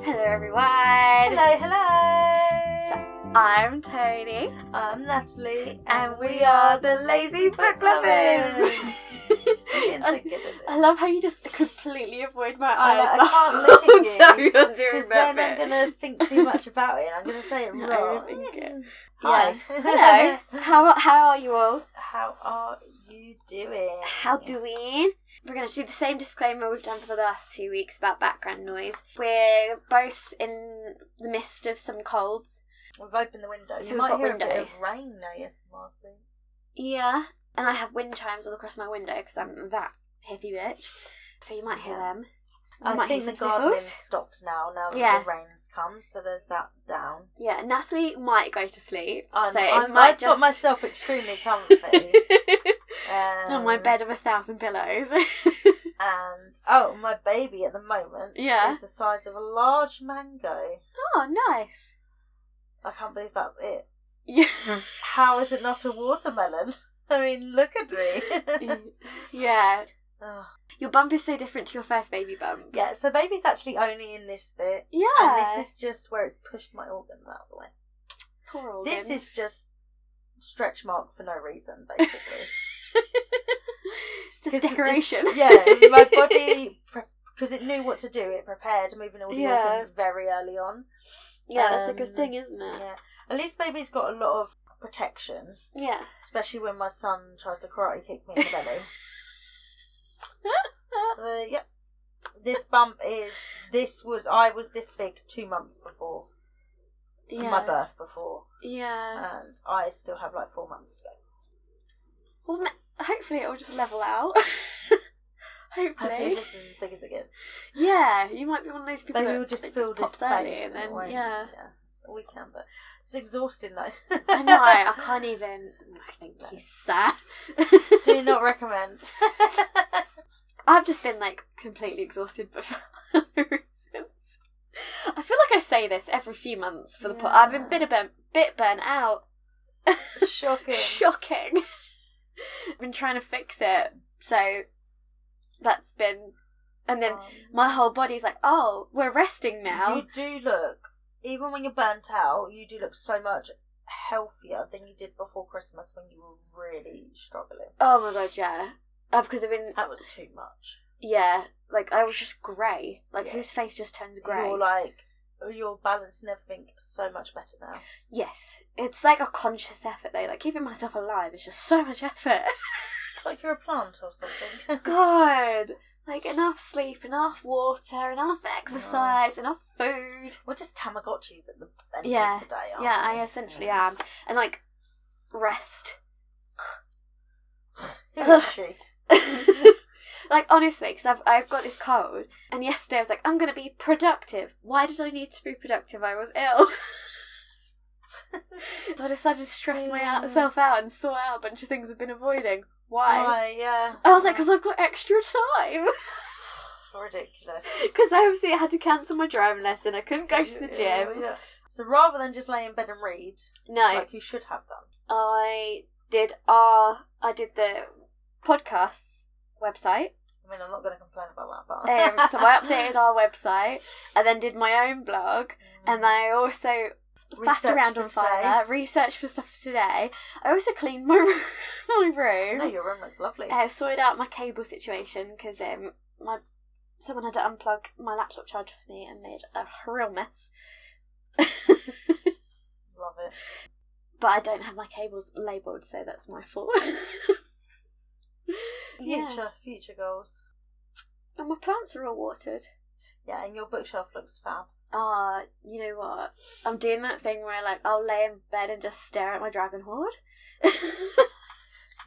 Hello, everyone. Hello, hello. I'm Tony, I'm Natalie, and we are the Lazy Book Lovers. Getting so good at I this. love how you just completely avoid my I know, eyes. I can't look at you, so you're doing Because that then bit. I'm gonna think too much about it. and I'm gonna say it No, wrong. overthink it. Hi. Hello. How how are you all? How are you doing? How do we? We're going to do the same disclaimer we've done for the last two weeks about background noise. We're both in the midst of some colds. We've opened the window. So you we've might got hear a window. bit of rain now, yes, Marcy. Yeah, and I have wind chimes all across my window because I'm that hippie bitch. So you might hear them. You I might think hear the some gardening sniffles. stopped now. Now that Yeah. the rain's come, so there's that down. Yeah, Natalie might go to sleep. I'm, so it I'm, might I've just. got myself extremely comfy. um, on my bed of a thousand pillows. And oh, my baby at the moment Yeah. is the size of a large mango. oh, nice. I can't believe that's it. Yeah. How is it not a watermelon? I mean, look at me. yeah. Oh. Your bump is so different to your first baby bump. Yeah, so baby's actually only in this bit, Yeah. and this is just where it's pushed my organs out of the way. Poor organ. This is just stretch mark for no reason, basically. it's just 'Cause decoration. it's- yeah, my body because it knew what to do. It prepared, moving all the Yeah. organs very early on. yeah, that's a good um, thing, isn't it? Yeah, at least baby's got a lot of protection, Yeah. especially when my son tries to karate kick me in the belly. so yep, this bump is this was I was this big two months before Yeah. my Uh, birth before, Yeah. and I still have like four months to go. Well, ma- hopefully it'll just level out. hopefully. Hopefully, this is as big as it gets. Yeah, you might be one of those people Maybe that we'll just that fill this pops early space and then it won't- yeah. we can, but it's exhausting though. I know. I can't even. I think No. he's sad. Do not recommend. I've just been like completely exhausted, but for other reasons. I feel like I say this every few months for the po- I've been Yeah. bit a bit, bit burnt out. Shocking. Shocking. I've been trying to fix it, so that's been. And then Um, my whole body's like, oh, we're resting now. you do look, even when you're burnt out, you do look so much healthier than you did before Christmas when you were really struggling. Oh my god, yeah. Uh, because I've been, That was too much. yeah, like I was just grey. Like Yeah. whose face just turns grey? You're like you're balancing everything so much better now. Yes, it's like a conscious effort though. Like keeping myself alive is just so much effort. It's like you're a plant or something. God, like enough sleep, enough water, enough exercise, enough food. we're just Tamagotchis at the end Yeah. of the day. Aren't Yeah, we? I essentially Oh, Yeah. am, and like rest. Who is she? like honestly, because I've I've got this cold, and yesterday I was like, I'm gonna be productive. Why did I need to be productive? I was ill. so I decided to stress Yeah. myself out and sort out a bunch of things I've been avoiding. Why? Why? Yeah. I was like, because I've got extra time. ridiculous. Because obviously I had to cancel my driving lesson. I couldn't go to the gym. Yeah. So rather than just lay in bed and read, No, like you should have done, I did our I did the podcasts website. I mean, I'm not going to complain about that, but Um, so I updated our website and then did my own blog. And then I also faffed Mm. Research Um, around for on today. fire, researched for stuff for today. I also cleaned my room, my room. No, your room looks lovely. uh, sorted out my cable situation because um, my someone had to unplug my laptop charger for me and made a real mess. Love it. but I don't have my cables labelled, so that's my fault. Future, Yeah. future goals. And my plants are all watered. Yeah, and your bookshelf looks fab. Ah, you know what? I'm doing that thing where like I'll lay in bed and just stare at my dragon horde.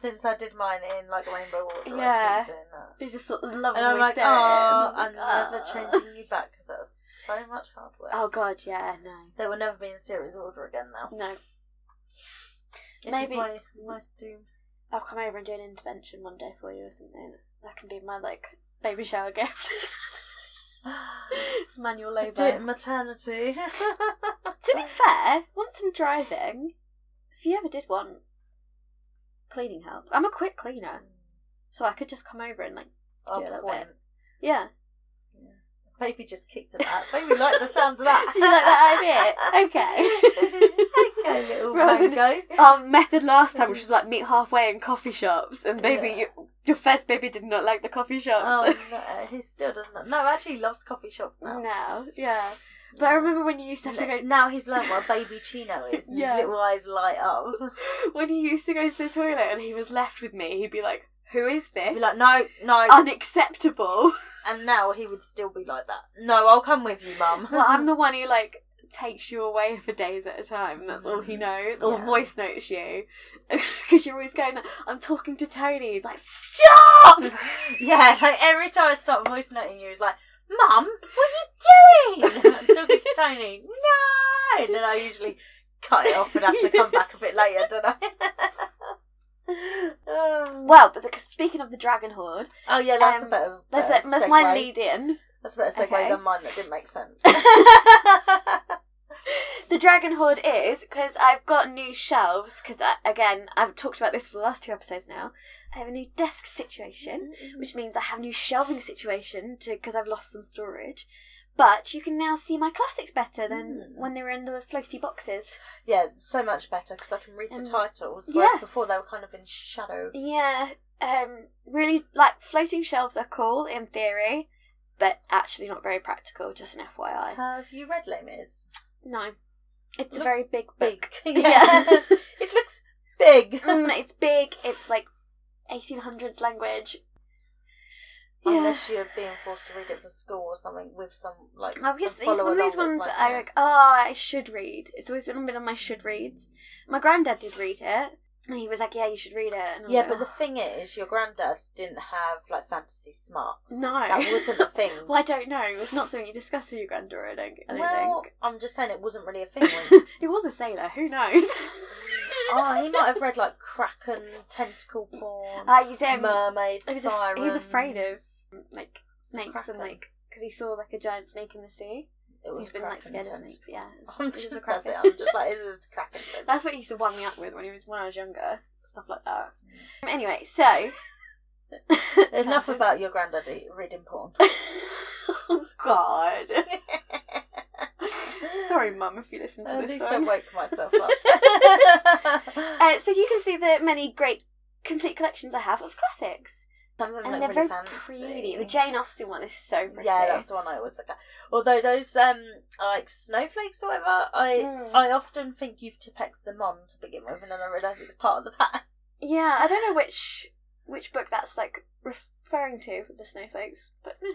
Since I did mine in like rainbow order, Yeah. I've been doing that. it's just sort of lovely. And I'm like, stare at oh, it. I'm never changing you back because that was so much hard work. Oh god, yeah, no, They will never be in series order again now. no. It is Maybe- my my doom. I'll come over and do an intervention one day for you or something. That can be my like baby shower gift. it's manual Do it in Oh, labour. maternity. To be fair, once I'm driving, if you ever did want cleaning help, I'm a quick cleaner, so I could just come over and like, Oh, Do a little point. yeah. Baby just kicked at that. Baby liked the sound of that. Did you like that idea? okay, little Rather than- mango. Our method last time, which was like meet halfway in coffee shops, and baby, Yeah. you, your first baby did not like the coffee shops. Oh, no, he still doesn't. No, actually, he loves coffee shops now. no, yeah. But I remember when you used to have to go now he's learned what a baby chino is. and Yeah. His little eyes light up. when he used to go to the toilet and he was left with me, he'd be like, "Who is He'd this? be like, no, no. Unacceptable." and now he would still be like that. No, I'll come with you, mum. well, I'm the one who like takes you away for days at a time. That's all he knows, or Mm, Yeah. voice notes you because you're always going. I'm talking to Tony. He's like, "Stop!" yeah, like every time I start voice noting you, it's like, mum, what are you doing? I'm talking to Tony. No! And then I usually cut it off and have to come back a bit later, don't I? Um, well, but the, speaking of the Dragon Horde, oh yeah, that's Um, a better. that's, better it, that's my segue. lead in. That's a better segue Okay. than mine. That didn't make sense. The Dragon Horde is because I've got new shelves. Because again, I've talked about this for the last two episodes now. I have a new desk situation. Mm-hmm. which means I have a new shelving situation to because I've lost some storage. But you can now see my classics better than Mm. when they were in the floaty boxes. yeah, so much better because I can read the Um, titles. Whereas yeah. before they were kind of in shadow. Yeah, um, really like floating shelves are cool in theory, but actually not very practical. Just an FYI. Have you read Les Mis? No, it's a Looks very big book. Big. yeah. it looks big. Mm, it's big. It's like eighteen hundreds language. Yeah. Unless you're being forced to read it for school or something with some like. I guess a it's oh, one of follow-along those that's ones like that I like. Oh, I should read. It's always been on my should reads. My granddad did read it, and he was like, "Yeah, you should read it." And I was Yeah, like, but the thing is, your granddad didn't have like fantasy smart. no, That wasn't a thing. well, I don't know. It's not something you discuss with your granddad. I don't. I don't well, I'm just saying it wasn't really a thing. when- think. he was a sailor. Who knows? oh, he might have read like Kraken, tentacle porn, Uh, he's um, mermaid, he was af- siren. he's afraid of like snakes Kraken. and like because he saw like a giant snake in the sea. It So was he's been like Kraken scared of tent. snakes. Yeah, it was- I'm it was a just, that's kraken. it. I'm just like, this is Kraken. tent. That's what he used to wind me up with when he was when I was younger, stuff like that. Um, Anyway, so Mm. Enough Tangent. about your granddad e- reading porn. oh God. Sorry, Mum, if you listen to At this least I one. wake myself up. Uh, so you can see the many great complete collections I have of classics, Some of and them look they're really very fancy. pretty. The Jane Austen one is so pretty. yeah, that's the one I always look at. Although those um like snowflakes or whatever, I Mm. I often think you've tipexed them on to begin with, and then I realise it's part of the pattern. yeah. I don't know which which book that's like referring to the snowflakes, but meh.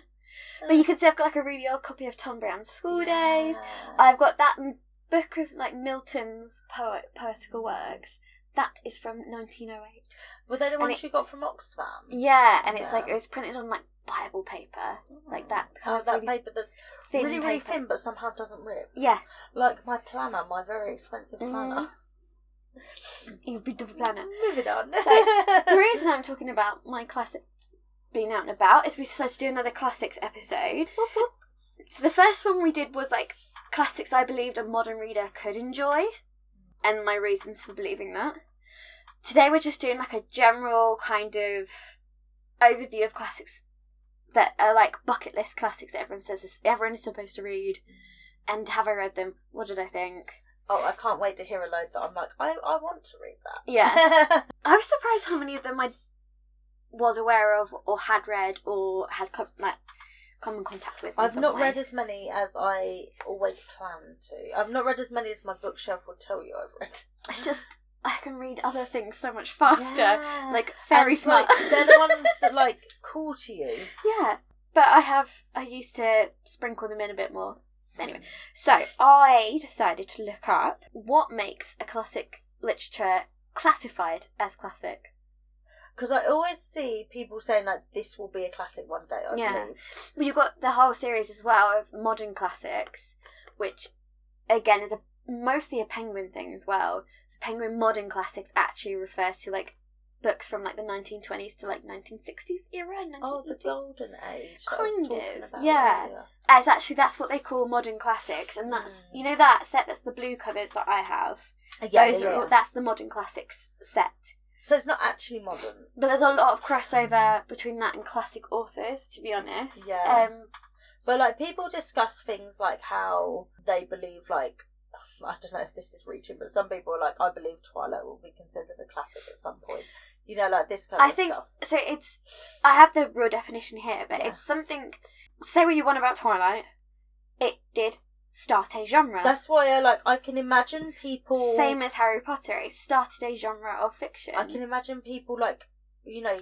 but you can see I've got like a really old copy of Tom Brown's School Days. I, I've got that m- book of like Milton's poet poetical works. That is from 1908. Were they the and ones it- you got from Oxfam? Yeah, and it's like Yeah. it was printed on like Bible paper, like that kind Oh, of that really paper that's thin really, really paper. thin, but somehow doesn't rip. Yeah, Like my planner, my very expensive Mm. planner. he's a beautiful planner. Moving on. the reason I'm talking about my classics being out and about is we decided to do another classics episode. so the first one we did was like classics I believed a modern reader could enjoy, and my reasons for believing that. Today we're just doing like a general kind of overview of classics that are like bucket list classics that everyone says is, everyone is supposed to read. And have I read them? What did I think? oh, I can't wait to hear a load that I'm like, I, I want to read that. Yeah. I was surprised how many of them I was aware of, or had read, or had com- like come in contact with. in I've some not way. read as many as I always plan to. I've not read as many as my bookshelf will tell you I've read. It's just I can read other things so much faster, Yeah. like very And, smart. Like, they're the ones that like cool to you. yeah, but I have. I used to sprinkle them in a bit more. Anyway, so I decided to look up what makes a classic literature classified as classic. Because I always see people saying like this will be a classic one day. I Yeah. believe. Well, you've got the whole series as well of modern classics, which again is a mostly a penguin thing as well. So penguin modern classics actually refers to like books from like the 1920s to like 1960s era. 1980s. Oh, the golden age. that I was Kind of, talking about yeah. earlier. It's actually that's what they call modern classics, and that's Mm. you know that set that's the blue covers that I have. Yeah, Those yeah, are all- yeah. that's the modern classics set. So it's not actually modern. But there's a lot of crossover between that and classic authors, to be honest. Yeah. Um, But like people discuss things like how they believe like I don't know if this is reaching, but some people are like, I believe Twilight will be considered a classic at some point. You know, like this kind I of think- stuff. so it's I have the real definition here, but Yeah. it's something. Say what you want about Twilight, it did start a genre. That's why I like I can imagine people Same as Harry Potter, it started a genre of fiction. I can imagine people like, you know,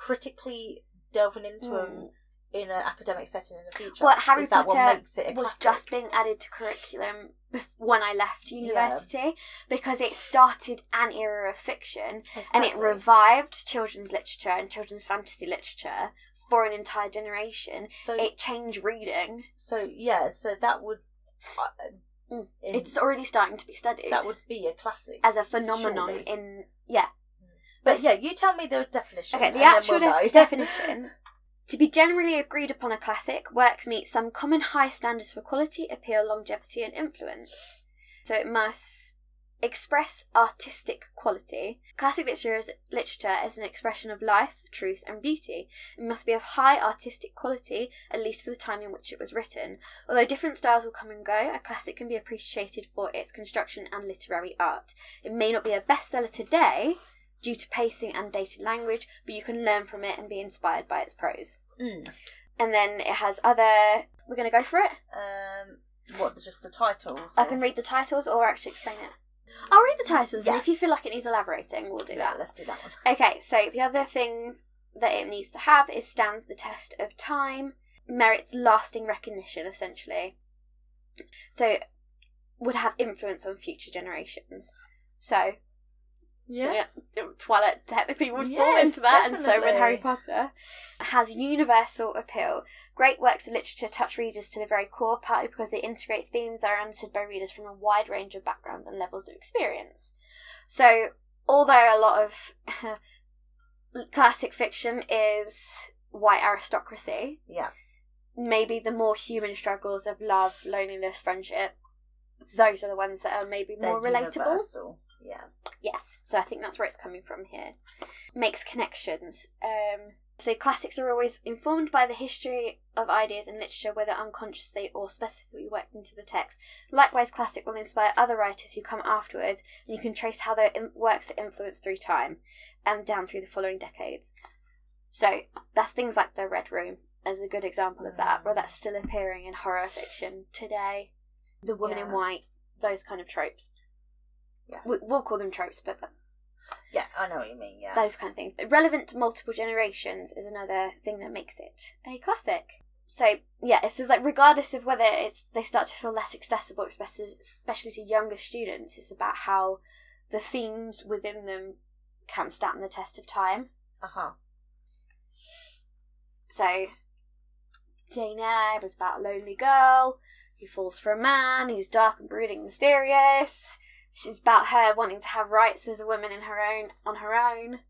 critically delving into Mm. them in an academic setting in the future. Hmm. Well, Harry is that what Potter makes it a was classic. just being added to curriculum bef- when I left university because it started an era of fiction and it Exactly. revived children's literature and children's fantasy literature for an entire generation. so It changed reading. so yeah so that would uh, Mm. in- It's already starting to be studied that would be a classic as a phenomenon surely. in yeah. But yeah, you tell me the definition. Okay, and the then actual def- we'll know. definition. To be generally agreed upon a classic, works meet some common high standards for quality, appeal, longevity, and influence. So it must express artistic quality. Classic literature is, literature is an expression of life, truth, and beauty. It must be of high artistic quality, at least for the time in which it was written. Although different styles will come and go, a classic can be appreciated for its construction and literary art. It may not be a bestseller today, due to pacing and dated language, but you can learn from it and be inspired by its prose. Mm. And then it has other. We're going to go for it. Um, what? Just the title. I can read the titles or actually explain it. I'll read the titles, Yeah. and if you feel like it needs elaborating, we'll do Yeah, that. let's do that one. Okay, so the other things that it needs to have is stands the test of time, merits lasting recognition, essentially. So, would have influence on future generations. So, Yeah. Yeah, Twilight technically would fall Yes, into that, and so would definitely. Harry Potter. Has universal appeal. Great works of literature touch readers to the very core, partly because they integrate themes that are understood by readers from a wide range of backgrounds and levels of experience. So, although a lot of classic fiction is white aristocracy, Yeah. maybe the more human struggles of love, loneliness, friendship, those are the ones that are maybe They're more relatable. universal. Yeah. Yes. So I think that's where it's coming from here. Makes connections. Um, so classics are always informed by the history of ideas in literature, whether unconsciously or specifically worked into the text. Likewise, classic will inspire other writers who come afterwards, and you can trace how their Im- works are influenced through time and down through the following decades. So that's things like the Red Room as a good example of that, where that's still appearing in horror fiction today. The woman in Yeah. white, those kind of tropes. Yeah. We- We'll call them tropes, but Yeah, I know what you mean. Yeah. those kind of things. Relevant to multiple generations is another thing that makes it a classic. So yeah, it's just like regardless of whether it's they start to feel less accessible, especially especially to younger students, it's about how the themes within them can stand the test of time. Uh Mm. huh. So Jane Eyre was about a lonely girl who falls for a man who's dark and brooding and mysterious. She's about her wanting to have rights as a woman in her own on her own.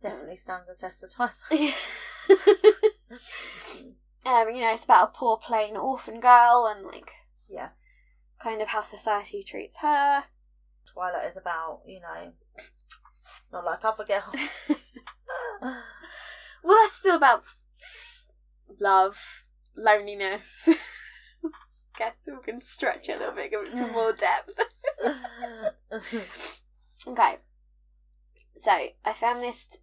Definitely stands the test of time. um, you know, it's about a poor, plain orphan girl and like Yeah. kind of how society treats her. Twilight is about you know, not like other girls. Well, that's still about love, loneliness. Guess we can stretch it a little bit, give it some more depth. Okay. So I found this.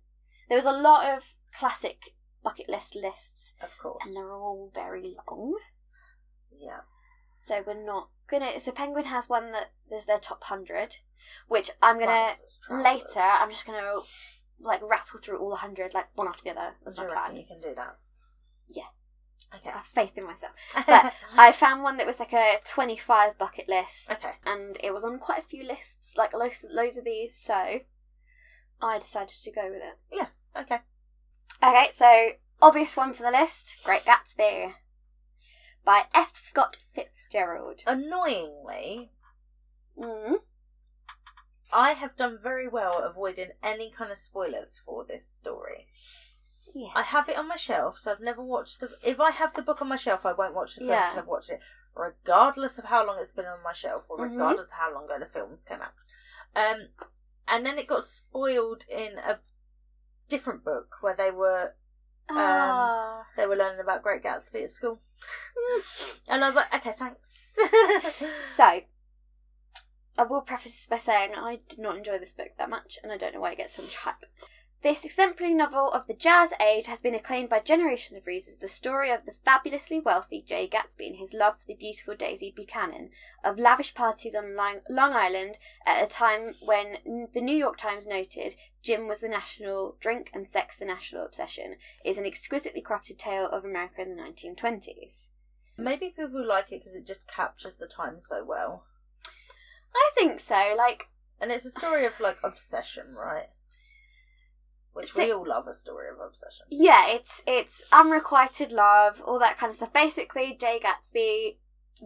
There was a lot of classic bucket list lists, of course. and they're all very long. Yeah. So we're not gonna. So Penguin has one that there's their top hundred, which I'm gonna Trousers, trousers. later. I'm just gonna like rattle through all hundred like one after the other. That's Do my you reckon plan. you can do that? Yeah. Okay. I have faith in myself. But I found one that was like a 25 bucket list, okay. and it was on quite a few lists, like loads, loads of these. So I decided to go with it. Okay. Okay, so obvious one for the list: Great Gatsby by F. Scott Fitzgerald. Mm-hmm. Annoyingly, Mm. I have done very well at avoiding any kind of spoilers for this story. Yes. I have it on my shelf, so I've never watched the. If I have the book on my shelf, I won't watch the film Yeah. until I've watched it, regardless of how long it's been on my shelf, or Mhm. regardless of how long ago the films came out. Um, and then it got spoiled in a different book where they were Ah. they were learning about Great Gatsby at school, and I was like, okay, thanks. so, I will preface this by saying I did not enjoy this book that much, and I don't know why it gets so much hype. This exemplary novel of the jazz age has been acclaimed by generations of readers. The story of the fabulously wealthy Jay Gatsby and his love for the beautiful Daisy Buchanan, of lavish parties on Long Long Island at a time when n- the New York Times noted Jim was the national drink and sex the national obsession, is an exquisitely crafted tale of America in the 1920s. Maybe people like it because it just captures the time so well. I think so. Like, And it's a story of like obsession, right? Which So- we all love a story of obsession. yeah, it's it's unrequited love, all that kind of stuff. Basically, Jay Gatsby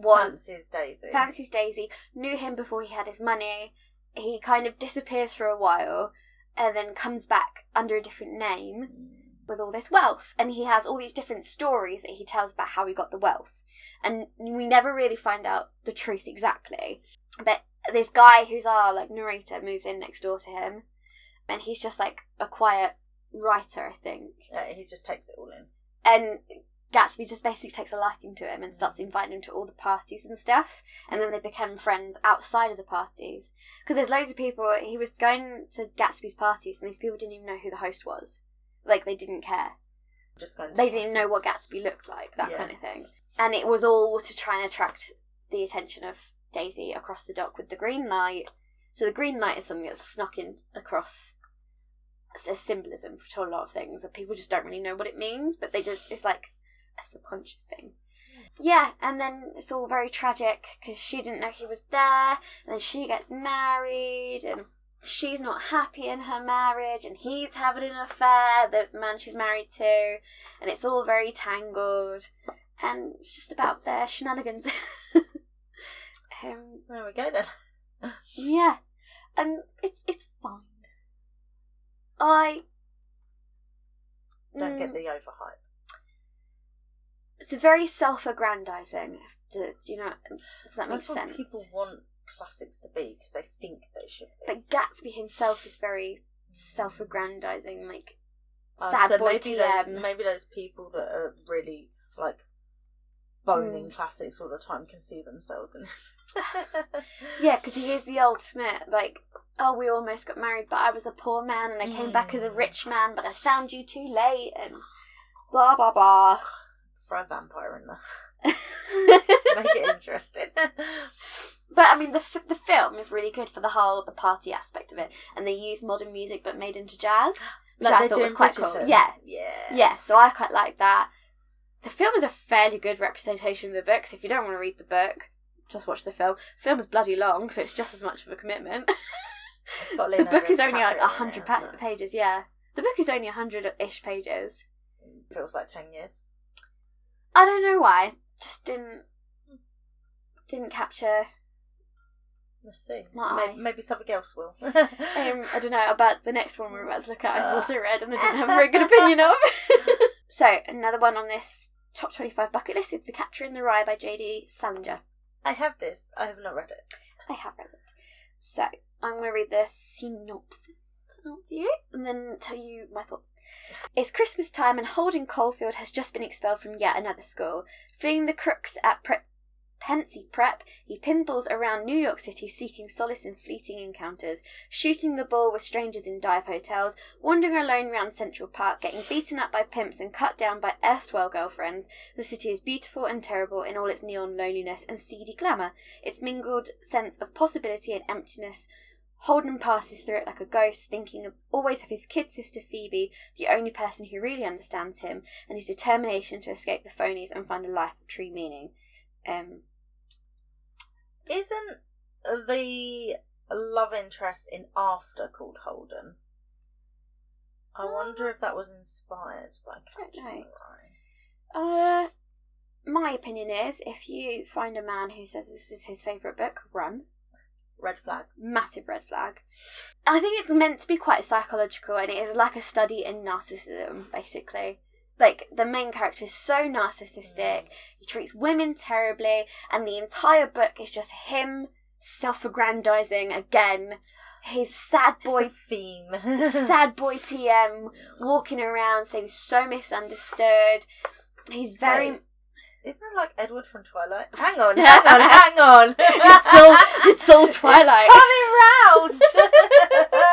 was Fancies Daisy. fancies Daisy, knew him before he had his money. He kind of disappears for a while, and then comes back under a different name. with all this wealth and he has all these different stories that he tells about how he got the wealth and we never really find out the truth exactly but this guy who's our like narrator moves in next door to him and he's just like a quiet writer i think Yeah, he just takes it all in. and gatsby just basically takes a liking to him and starts inviting him to all the parties and stuff and then they become friends outside of the parties because there's loads of people he was going to gatsby's parties and these people didn't even know who the host was like they didn't care Just going. to they didn't know parties. what Gatsby looked like, that Yeah. kind of thing. And it was all to try and attract the attention of Daisy across the dock with the green light. So the green light is something that's snuck in across as a symbolism for a lot of things, and people just don't really know what it means, but they just it's like a subconscious thing. Yeah, and then it's all very tragic because she didn't know he was there, and then she gets married, and she's not happy in her marriage, and he's having an affair, the man she's married to, and it's all very tangled, and it's just about their shenanigans. um, There we go then. yeah, and it's it's fine. I Don't Mm, get the overhype. it's very self-aggrandizing. if- Do, do you know? Does that make That's what sense? people want classics to be because they think they should be. But Gatsby himself is very self-aggrandizing, like Uh, sad so boy maybe TM. Those, maybe those people that are really like boning Mm. classics all the time can see themselves in it. Yeah, because he is the ultimate, like, oh, we almost got married, but I was a poor man and I came back as a Mm. rich man, but I found you too late, and blah, blah, blah. Throw a vampire in there. but make it interesting. I mean, the, f- the film is really good for the whole the party aspect of it, and they use modern music but made into jazz, which I thought was quite cool. Yeah, yeah, yeah, so I quite like that. The film is a fairly good representation of the book, so if you don't want to read the book, just watch the film. film is bloody long, so it's just as much of a commitment. It's got the Leonardo book is only like DiCaprio in it, 100 pa- hasn't it? pages yeah the book is only 100 ish pages Feels like ten years. i don't know why just didn't didn't capture Let's see. My May- eye. Maybe, something else will. um, i don't know about the next one we're about to look at i've also read and i didn't have a very good opinion of so another one on this top 25 bucket list is the catcher in the rye by jd salinger I have this. I have not read it. i have read it so i'm going to read the synopsis out for you and then tell you my thoughts It's Christmas time, and Holden Caulfield has just been expelled from yet another school. Fleeing the crooks at Pre- Pensy Prep, he pinballs around New York City seeking solace in fleeting encounters, shooting the bull with strangers in dive hotels, wandering alone round Central Park, getting beaten up by pimps and cut down by erstwhile girlfriends. The city is beautiful and terrible in all its neon loneliness and seedy glamour, its mingled sense of possibility and emptiness. Holden passes through it like a ghost, thinking of, always of his kid sister Phoebe, the only person who really understands him and his determination to escape the phonies and find a life of true meaning. Um, Isn't the love interest in After called Holden? I wonder if that was inspired by Hmm. don't Catcher in know. the Rye. uh, my opinion is if you find a man who says this is his favourite book, run. Red flag. Massive red flag. I think it's meant to be quite psychological and it is like a study in narcissism, basically. Like, the main character is so Hmm. narcissistic, he treats women terribly, and the entire book is just him self aggrandizing again. His sad boy It's a theme. sad boy TM walking around saying he's so misunderstood. He's very. Wait. Isn't that like Edward from Twilight? Hang on, hang on, hang on. It's all, it's all Twilight. coming round.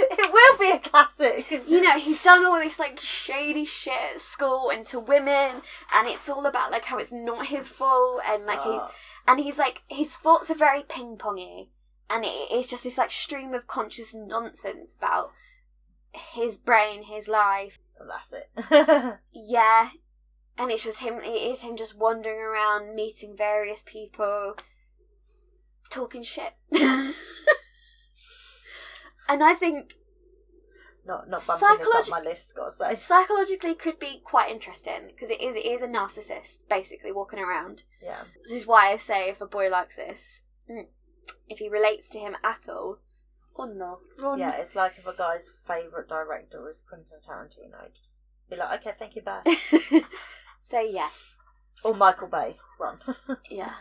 it will be a classic. You know, he's done all this like shady shit at school and to women, and it's all about like how it's not his fault, and like he's Oh. and he's like his thoughts are very ping pongy, and it, it's just this like stream of conscious nonsense about his brain, his life, Oh, that's it. Yeah, and it's just him. It is him just wandering around, meeting various people, talking shit. and I think not not bumping this Psychologi- up my list. Gotta say. psychologically could be quite interesting because it is it is a narcissist basically walking around. Yeah. This is why I say if a boy likes this, mm, if he relates to him at all, or no, Ron. Yeah, it's like if a guy's favourite director is Quentin Tarantino, just be like, okay, thank you, bye. so yeah, or Michael Bay, run. Yeah.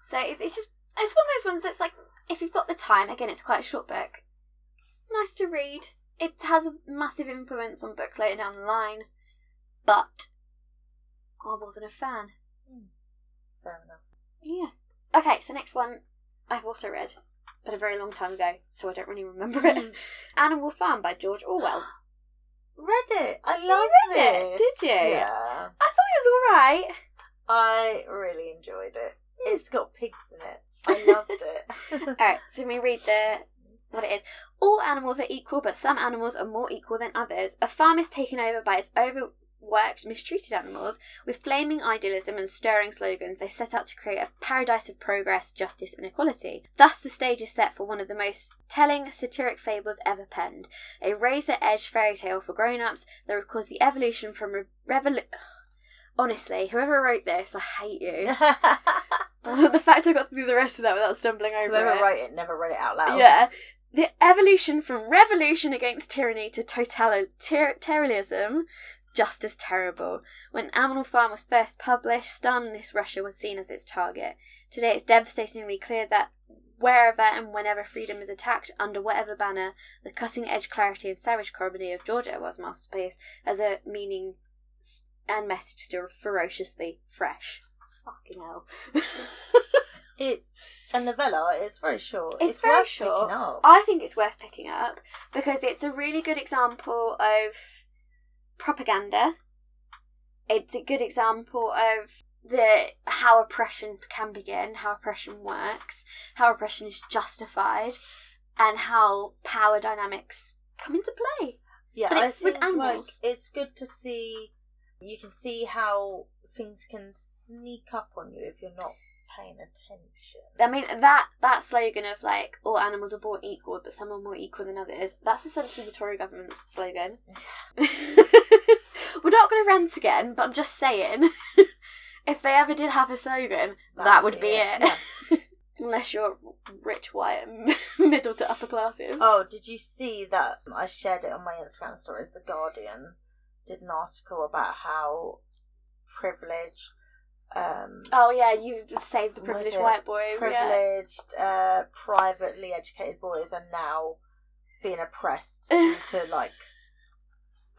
So it's, it's just it's one of those ones that's like if you've got the time. Again, it's quite a short book. It's nice to read. It has a massive influence on books later down the line, but I wasn't a fan. Fair enough. Yeah. Okay, so next one I've also read, but a very long time ago, so I don't really remember it. Animal Farm by George Orwell. Read it. I You love read it, this. did you? Yeah. I thought it was alright. I really enjoyed it. It's got pigs in it. I loved it. Alright, so let me read the what it is. All animals are equal, but some animals are more equal than others. A farm is taken over by its overworked, mistreated animals. With flaming idealism and stirring slogans, they set out to create a paradise of progress, justice, and equality. Thus, the stage is set for one of the most telling satiric fables ever penned a razor edged fairy tale for grown ups that records the evolution from re- revolu- Honestly, whoever wrote this, I hate you. the fact I got through the rest of that without stumbling over it. Whoever wrote it never read it out loud. Yeah. The evolution from revolution against tyranny to totalitarianism, just as terrible. When Animal Farm was first published, Stalinist Russia was seen as its target. Today it's devastatingly clear that wherever and whenever freedom is attacked, under whatever banner, the cutting edge clarity and savage comedy of George Orwell's masterpiece has a meaning s- and message still ferociously fresh. Fucking hell. It's a novella. It's very short. It's very worth short. picking up. I think it's worth picking up because it's a really good example of propaganda. It's a good example of the how oppression can begin, how oppression works, how oppression is justified, and how power dynamics come into play. Yeah, But I it's with think, like, animals. it's good to see. You can see how things can sneak up on you if you're not paying attention. I mean that that slogan of like all animals are born equal, but some are more equal than others. That's essentially the Tory government's slogan. We're not going to rant again, but I'm just saying, if they ever did have a slogan, that, would be it. Yeah. Unless you're rich, white, and middle to upper classes. Oh, did you see that? I shared it on my Instagram stories. The Guardian did an article about how privileged, um, Oh yeah, you saved the Was privileged it white boys. Yeah. privileged, uh, privately educated boys are now being oppressed due to like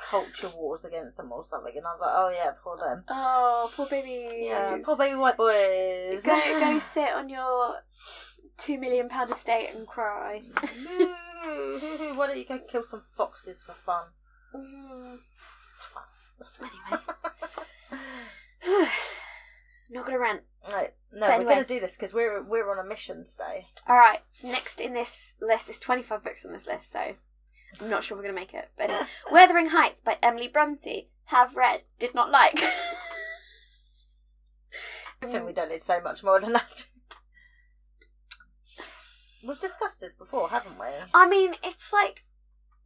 culture wars against them or something. And I was like, oh yeah, poor them. Oh, poor babies. Yeah, poor baby white boys. Go go sit on your two million pound estate and cry. No. Why don't you go kill some foxes for fun? Anyway. Not gonna rant. No, no, But we're anyway. gonna do this because we're we're on a mission today. Alright, so next in this list, there's 25 books on this list, so I'm not sure we're gonna make it. But anyway. Wuthering Heights by Emily Bronte. Have read, did not like. I Mm. think we don't need so much more than that. We've discussed this before, haven't we? I mean, it's like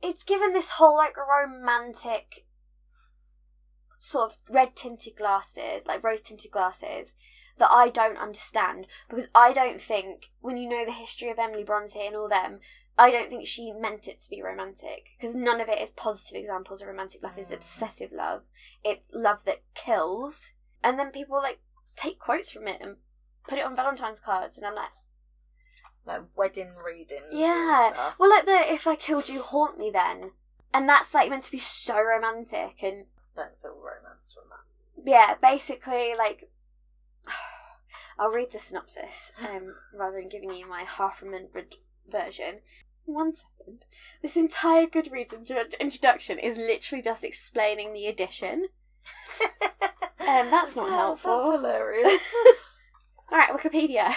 it's given this whole like romantic sort of red tinted glasses, like rose tinted glasses, that I don't understand because I don't think when you know the history of Emily Bronte and all them, I don't think she meant it to be romantic because none of it is positive examples of romantic love. It's Mm. obsessive love. It's love that kills, and then people like take quotes from it and put it on Valentine's cards, and I'm like, like wedding reading. Yeah. well, like the "If I Killed You, Haunt Me," then, and that's like meant to be so romantic and Don't feel romance from that. yeah, basically, like, I'll read the synopsis um, rather than giving you my half remembered version. One second. This entire Goodreads intro- introduction is literally just explaining the edition. Um, that's not helpful. Oh, That's hilarious. All right, Wikipedia.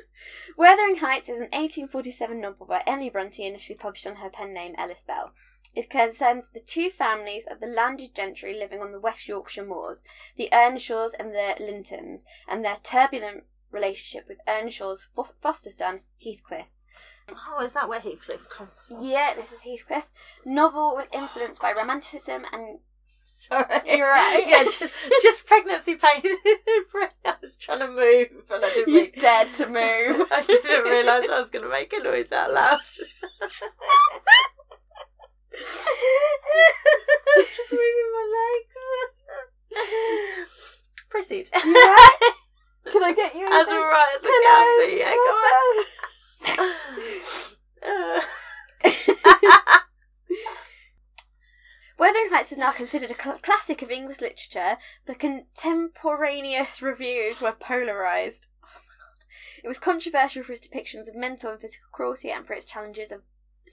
Wuthering Heights is an 1847 novel by Emily Bronte, initially published on her pen name Ellis Bell. It concerns the two families of the landed gentry living on the West Yorkshire moors, the Earnshaws and the Lintons, and their turbulent relationship with Earnshaw's fo- foster son, Heathcliff. oh, is that where Heathcliff comes from? Yeah, this is Heathcliff. Novel was influenced by Romanticism and Sorry. You're right. yeah, just, just pregnancy pain. I was trying to move and I didn't make- dared to I didn't realise I was going to make a noise out loud. Just moving my legs. Proceed. You right? Can I get you? As anything? alright as I can be. Yeah, go on. Uh, Wuthering Heights is now considered a cl- classic of English literature, but contemporaneous reviews were polarised. Oh my god. It was controversial for its depictions of mental and physical cruelty and for its challenges of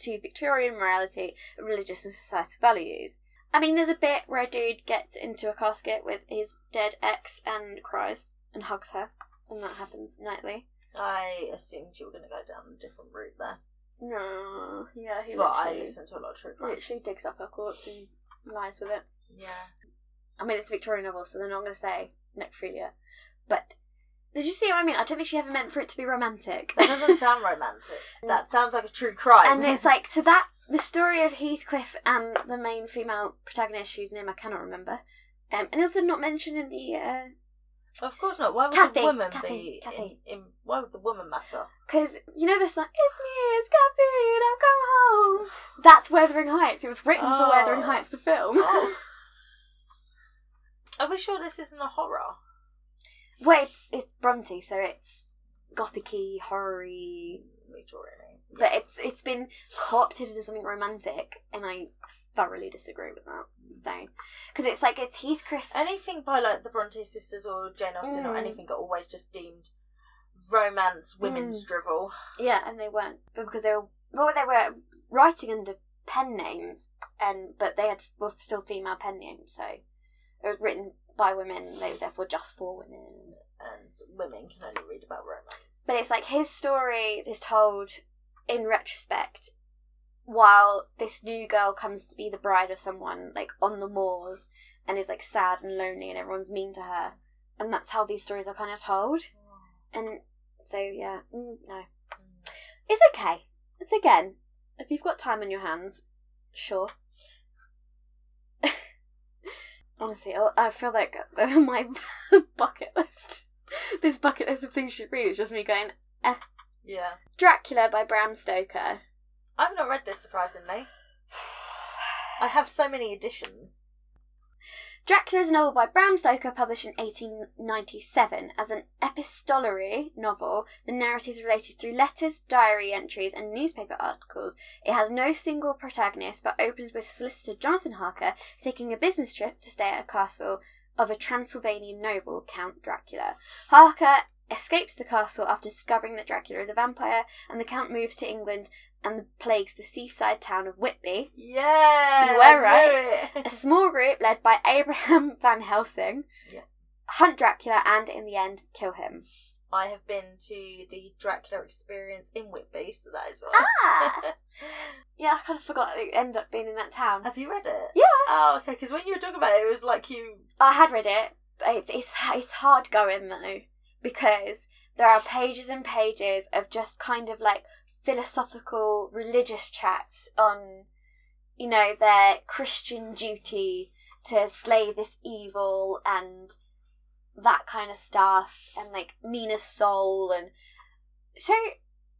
to Victorian morality, religious and societal values. I mean, there's a bit where a dude gets into a casket with his dead ex and cries and hugs her, and that happens nightly. I assumed you were going to go down a different route there. No, yeah, he But I literally, listen to a lot of true crime. literally digs up her corpse and lies with it. Yeah. I mean, it's a Victorian novel, so they're not going to say necrophilia. But did you see what I mean? I don't think she ever meant for it to be romantic. That doesn't sound romantic. That sounds like a true crime. Mm. and it's like to that the story of Heathcliff and the main female protagonist, whose name I cannot remember, um, and also not mentioned in the uh, Of course not. Why would Kathy, the woman Kathy, be Kathy. In, in? Why would the woman matter? because you know this like it's me, it's Catherine, I'll come home. That's Wuthering Heights. It was written Oh. for Wuthering Heights, the film. Are we sure this isn't a horror? Wait, it's, it's Bronte, so it's gothicy, horror-y, Victorian. but it's it's been co-opted into something romantic, and I thoroughly disagree with that. So, because it's like it's Heathcliff. Anything by like the Bronte sisters or Jane Austen or Mm. anything are always just deemed romance women's Mm. drivel. Yeah, and they weren't but because they were well, they were writing under pen names, and but they had were still female pen names, so it was written by women. They were therefore just for women. And women can only read about romance. But it's like his story is told in retrospect while this new girl comes to be the bride of someone, like on the moors, and is like sad and lonely and everyone's mean to her. And that's how these stories are kind of told. And so, yeah, mm, no. It's okay. It's again, if you've got time on your hands, sure. Honestly, I- I feel like my bucket list, this bucket list of things you should read, is just me going, yeah. Dracula by Bram Stoker. I've not read this surprisingly. I have so many editions. Dracula is a novel by Bram Stoker published in 1897. As an epistolary novel, the narrative is related through letters, diary entries, and newspaper articles. It has no single protagonist but opens with solicitor Jonathan Harker taking a business trip to stay at a castle of a Transylvanian noble, Count Dracula. Harker escapes the castle after discovering that Dracula is a vampire, and the Count moves to England and plagues the seaside town of Whitby, Yeah. You were I knew right. it. a small group led by Abraham Van Helsing Yeah. hunt Dracula and, in the end, kill him. I have been to the Dracula experience in Whitby, so that is what. Ah! Yeah, I kind of forgot that it ended up being in that town. Have you read it? Yeah. Oh, okay. Because when you were talking about it, it was like you. I had read it, but it's, it's, it's hard going though, because there are pages and pages of just kind of like philosophical religious chats on, you know, their Christian duty to slay this evil and that kind of stuff and like Nina's soul and so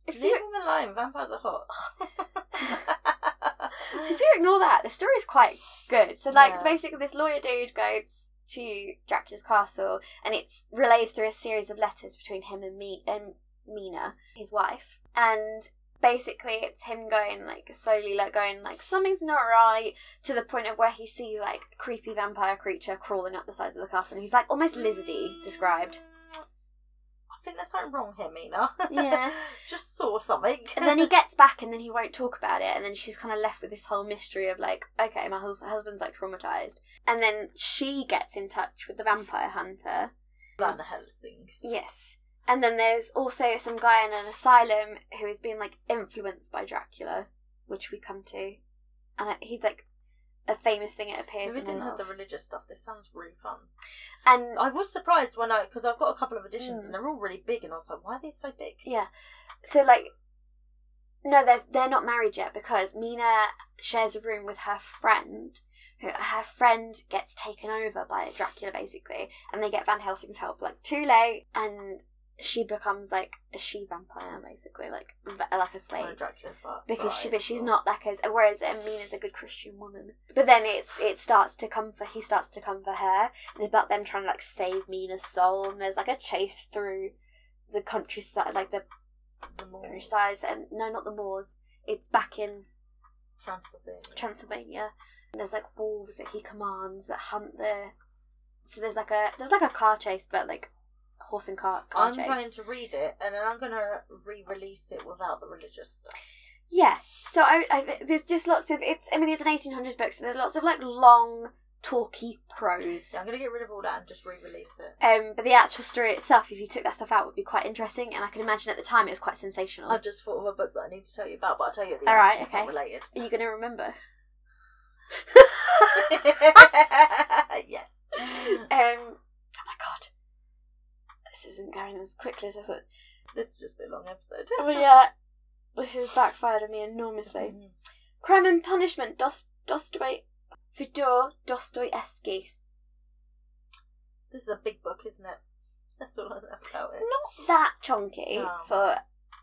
if Leave you him alone. Vampires are hot. so if you ignore that, the story's quite good. So like Yeah. basically this lawyer dude goes to Dracula's castle and it's relayed through a series of letters between him and me and Mina, his wife. And basically it's him going like slowly like going like something's not right to the point of where he sees like a creepy vampire creature crawling up the sides of the castle and he's like almost lizardy described. I think there's something wrong here, Mina. Yeah. Just saw something. and then he gets back and then he won't talk about it and then she's kind of left with this whole mystery of like okay my hus- husband's like traumatized and then she gets in touch with the vampire hunter Van Helsing. yes and then there's also some guy in an asylum who is being like influenced by dracula which we come to and I- he's like a famous thing it If appears we in didn't love. have the religious stuff, this sounds really fun. and I was surprised when I, because I've got a couple of editions Mm. and they're all really big, and I was like, why are these so big? Yeah. So like no, they're they're not married yet because Mina shares a room with her friend. Her- Her friend gets taken over by Dracula basically, and they get Van Helsing's help like too late, and she becomes like a she vampire basically, like v- like a Oh, slave. Dracula's like, Because she, right, but she's cool. not like as whereas uh, Mina's a good Christian woman. But then it's it starts to come for he starts to come for her, and it's about them trying to like save Mina's soul. And there's like a chase through the countryside, like the The more size and no not the moors it's back in Transylvania. transylvania and there's like wolves that he commands that hunt the so there's like a there's like a car chase but like horse and cart car I'm chase going to read it, and then I'm going to re-release it without the religious stuff. yeah so I, I th- there's just lots of it's i mean it's an 1800s book so there's lots of like long talky prose So I'm going to get rid of all that and just re-release it. um, but the actual story itself, if you took that stuff out, would be quite interesting, and I can imagine at the time it was quite sensational. I've just thought of a book that I need to tell you about, but I'll tell you at the Oh. All end. right, it's not okay. related. Are you going to remember? yes. Um, oh my god, this isn't going as quickly as I thought. This will just be a long episode. Oh yeah, this has backfired on me enormously. Mhm. Crime and Punishment, Dost- Dostoy, Fyodor Dostoevsky. This is a big book, isn't it? That's all I know about It's it. not that chunky No. for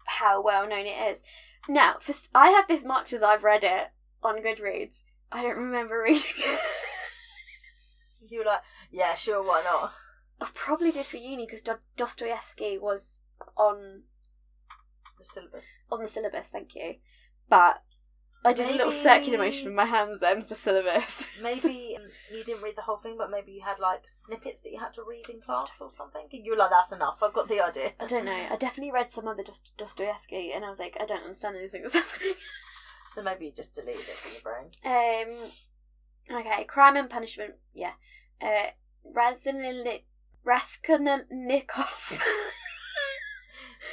how well known it is. Now, for s- I have this much as I've read it on Goodreads. I don't remember reading it. You were like, yeah, sure, why not? I probably did for uni because Do- Dostoevsky was on The syllabus. on the syllabus. Thank you, but. I did a little circular Maybe- motion with my hands then for syllabus. Maybe um, you didn't read the whole thing, but maybe you had like snippets that you had to read in class or something. And you were like, that's enough, I've got the idea. I don't know. I definitely read some other Dost- Dostoevsky, and I was like, I don't understand anything that's happening. So maybe you just deleted it from your brain. Um, okay, Crime and Punishment. Yeah, uh, Razanili- Raskolnikov.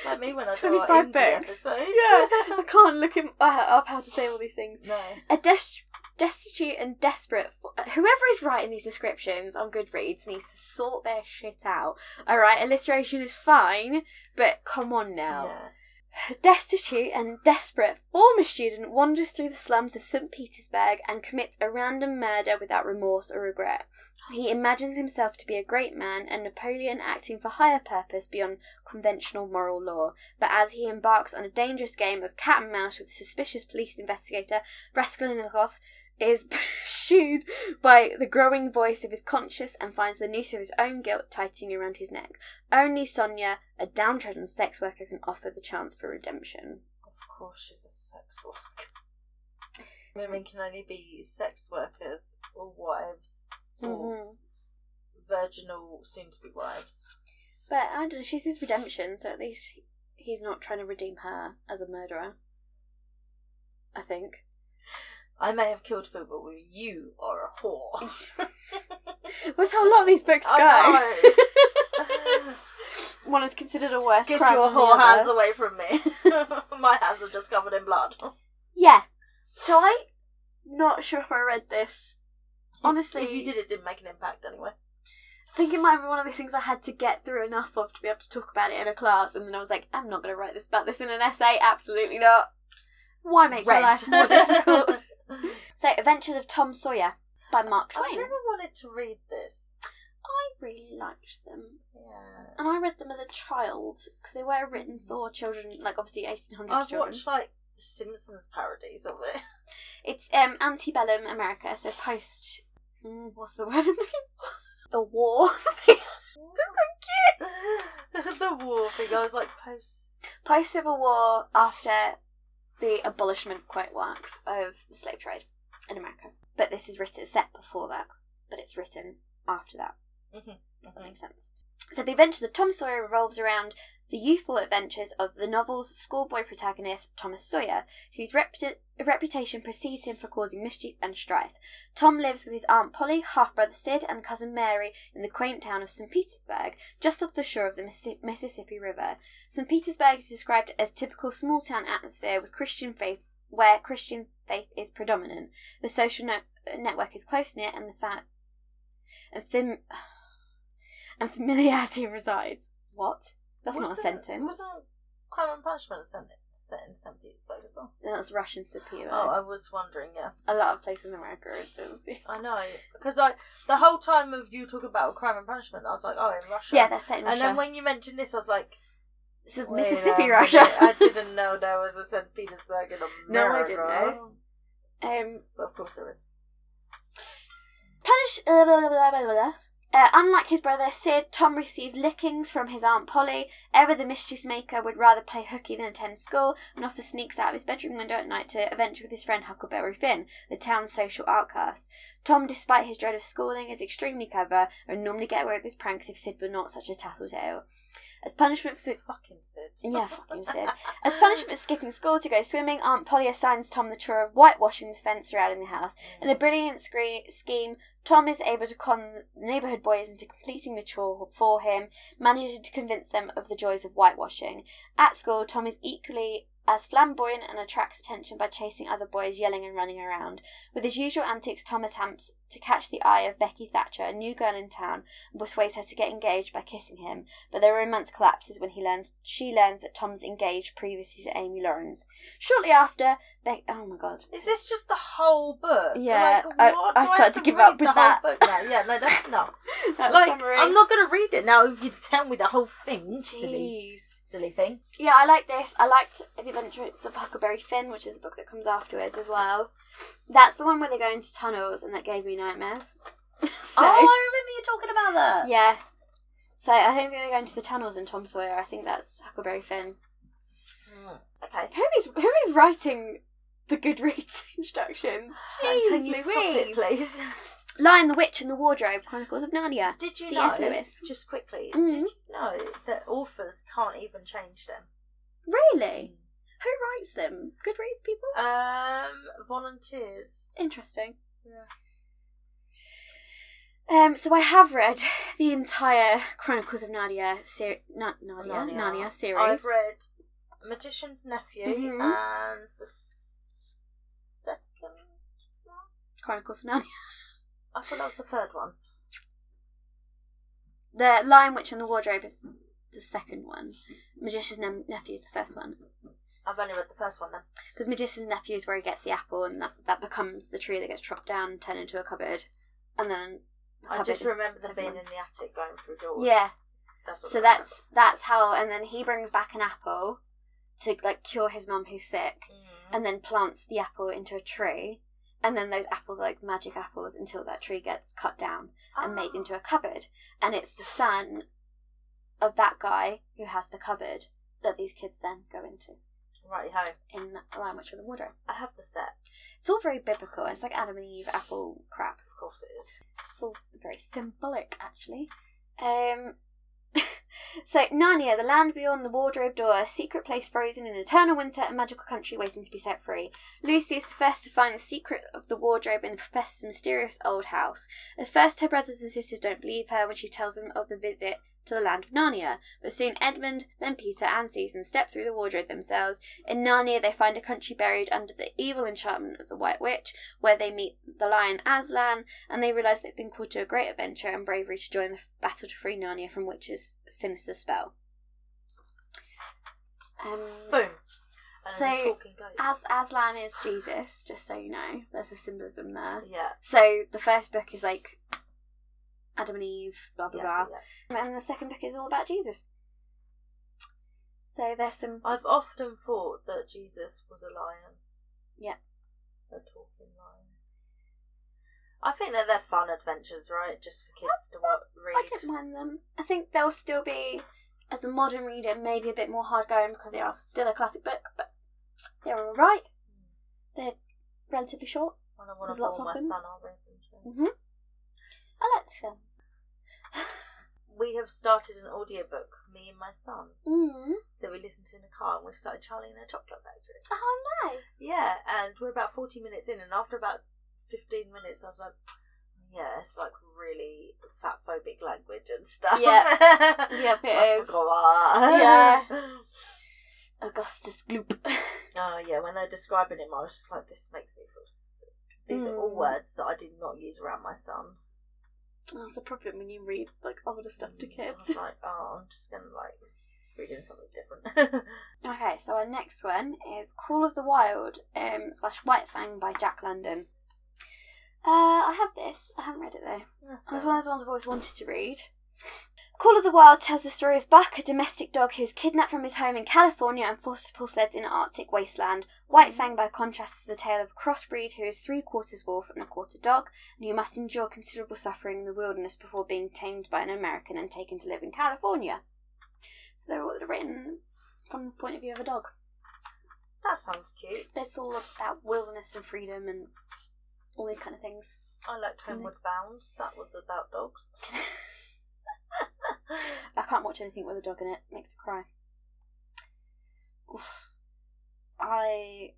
Like me when It's I do our 25 indie books. episodes. I can't look him uh, up how to say all these things. no. A des- destitute and desperate. Fo- Whoever is writing these descriptions on Goodreads needs to sort their shit out. All right, alliteration is fine, but come on now. Yeah. Destitute and desperate, former student wanders through the slums of St. Petersburg and commits a random murder without remorse or regret. He imagines himself to be a great man and Napoleon acting for higher purpose beyond conventional moral law. But as he embarks on a dangerous game of cat and mouse with a suspicious police investigator, Raskolnikov is pursued by the growing voice of his conscience and finds the noose of his own guilt tightening around his neck. Only Sonia, a downtrodden sex worker, can offer the chance for redemption. Of course, she's a sex worker. Women can only be sex workers or wives Mm-hmm. or virginal soon to be wives. But I don't know, she's his redemption, so at least he- he's not trying to redeem her as a murderer. I think. I may have killed people, but you are a whore. That's how a lot of these books go. I One is considered a worse Get crime your than the whore other. hands away from me. My hands are just covered in blood. Yeah. So I, not sure if I read this. Honestly- if you did, it didn't make an impact anyway. I think it might be one of those things I had to get through enough of to be able to talk about it in a class, and then I was like, I'm not going to write this about this in an essay. Absolutely not. Why make my Red. life more difficult? so, Adventures of Tom Sawyer by Mark I Twain. never wanted to read this. Oh, I really liked them. Yeah. And I read them as a child because they were written for children, like obviously 1800 I've children. watched like Simpsons parodies of it. It's um, antebellum America, so post. Mm, what's the word I'm looking for? The war. the war thing. I was like, post. post Civil War after the abolishment, quote works, of the slave trade in America. But this is written set before that, but it's written after that. Mhm, Does that mhm. make sense? So the adventures of Tom Sawyer revolves around the youthful adventures of the novel's schoolboy protagonist Thomas Sawyer, whose reputa- reputation precedes him for causing mischief and strife. Tom lives with his aunt Polly, half brother Sid, and cousin Mary in the quaint town of St. Petersburg, just off the shore of the Missi- Mississippi River. St. Petersburg is described as typical small town atmosphere with Christian faith, where Christian faith is predominant. The social ne- network is close knit, and the fa- and, fam- and familiarity resides. What? That's not a Wasn't- sentence. Wasn't Crime and Punishment set in, set in St. Petersburg as well? That's Russian Superior. Oh, I was wondering, yeah. a lot of places in America are those. I know. Because I the whole time of you talking about Crime and Punishment, I was like, oh, in Russia. Yeah, that's set in And Russia. then when you mentioned this, I was like, this is wait a Mississippi, minute, Russia. I didn't know there was a St. Petersburg in America. No, I didn't know. um, But of course there is. Punish. Uh, blah, blah, blah, blah, blah. Uh, unlike his brother Sid, Tom receives lickings from his aunt Polly. Ever the mischief maker would rather play hooky than attend school, and often sneaks out of his bedroom window at night to adventure with his friend Huckleberry Finn, the town's social outcast. Tom, despite his dread of schooling, is extremely clever and would normally get away with his pranks if Sid were not such a tattletale. As punishment for Fucking Sid. yeah, fucking Sid. As punishment for skipping school to go swimming, Aunt Polly assigns Tom the chore of whitewashing the fence surrounding the house. In a brilliant scre- scheme, Tom is able to con the neighbourhood boys into completing the chore for him, managing to convince them of the joys of whitewashing. At school, Tom is equally as flamboyant and attracts attention by chasing other boys, yelling and running around. With his usual antics, Tom attempts to catch the eye of Becky Thatcher, a new girl in town, and persuades her to get engaged by kissing him. But their romance collapses when he learns she learns that Tom's engaged previously to Amy Lawrence. Shortly after, Beck. Oh my god. Is this just the whole book? Yeah, Like, I- what? I Do have started to give up read with the that. Whole book now? Yeah, no, that's not. That like, summary. I'm not going to read it now if you tell me the whole thing. Silly, Jeez. silly thing. Yeah, I like this. I liked The Adventures of Huckleberry Finn, which is a book that comes afterwards as well. That's the one where they go into tunnels, and that gave me nightmares. so, oh, I remember you talking about that. yeah. So I don't think they go into the tunnels in Tom Sawyer. I think that's Huckleberry Finn. Mm, Okay. Who is who is writing the Goodreads instructions? Can- Can you Jeez stop it, please? Lion the Witch and the Wardrobe: Chronicles of Narnia. Did you C.S. know? Lewis. Just quickly. Mm. Did you know that authors can't even change them? Really? Who writes them? Goodreads people. Um, volunteers. Interesting. Yeah. Um, so I have read the entire Chronicles of Narnia, ser- Na- Narnia, Narnia, series. I've read Magician's Nephew Mhm. and the s- second. one? Chronicles of Narnia. I thought that was the third one. The Lion, Witch, and the Wardrobe is the second one. Magician's Nem- Nephew is the first one. I've only read the first one then. Because Magician's Nephew is where he gets the apple, and that, that becomes the tree that gets chopped down, turned into a cupboard. And then the I cupboard just is the remember them second being one. in the attic going through doors. Yeah, That's what so I remember. that's that's how. And then he brings back an apple to like cure his mum who's sick. Mm. and then plants the apple into a tree. And then those apples are like magic apples until that tree gets cut down and made Ah. into a cupboard. And it's the son of that guy who has the cupboard that these kids then go into Right, ho. in Lion Witch of the Wardrobe. I have the set. It's all very biblical. It's like Adam and Eve apple crap. Of course it is. It's all very symbolic, actually. Um, so, Narnia, the land beyond the wardrobe door, a secret place frozen in eternal winter, a magical country waiting to be set free. Lucy is the first to find the secret of the wardrobe in the professor's mysterious old house. At first, her brothers and sisters don't believe her when she tells them of the visit to the land of Narnia, but soon Edmund, then Peter, and Susan step through the wardrobe themselves. In Narnia, they find a country buried under the evil enchantment of the White Witch, where they meet the lion Aslan, and they realise they've been called to a great adventure and bravery to join the f- battle to free Narnia from Witch's sinister spell. Um, Boom. And then So, the talking goat. as Aslan is Jesus, just so you know, there's a symbolism there. yeah. So the first book is like Adam and Eve, blah blah Yeah, blah. yeah. And the second book is all about Jesus. So there's some I've often thought that Jesus was a lion. Yeah. A talking lion. I think that they're fun adventures, right? Just for kids to wa- I read. don't mind them. I think they'll still be, as a modern reader, maybe a bit more hard going because they are still a classic book, but they're all right. They're relatively short. When I want There's to lots bore my of them. son, I'll read them to him. hmm I like the film. We have started an audiobook, me and my son, Mm. that we listened to in the car, and we've started Charlie and the Chocolate Factory. Oh, nice. Yeah, and we're about 40 minutes in, and after about 15 minutes, I was like, yeah, it's like really fat phobic language and stuff. Yep. Yep, it I is. forgot what. Yeah. Augustus Gloop. Oh, yeah, when they're describing him, I was just like, this makes me feel sick. These are all Mm. words that I do not use around my son. That's the problem when you read like older stuff to Mm. I kids. was like, oh, I'm just going to, like, we're doing something different. Okay, so our next one is Call of the Wild um, slash White Fang by Jack London. Uh, I have this. I haven't read it though. It was one of those ones I've always wanted to read. Call of the Wild tells the story of Buck, a domestic dog who is kidnapped from his home in California and forced to pull sleds in an Arctic wasteland. White Fang, by contrast, is the tale of a crossbreed who is three quarters wolf and a quarter dog, and who must endure considerable suffering in the wilderness before being tamed by an American and taken to live in California. So they're all written from the point of view of a dog. that sounds cute. But it's all about wilderness and freedom and all these kind of things. I liked Homeward Bound. That was about dogs. I can't watch anything with a dog in it. Makes me cry. Oof. I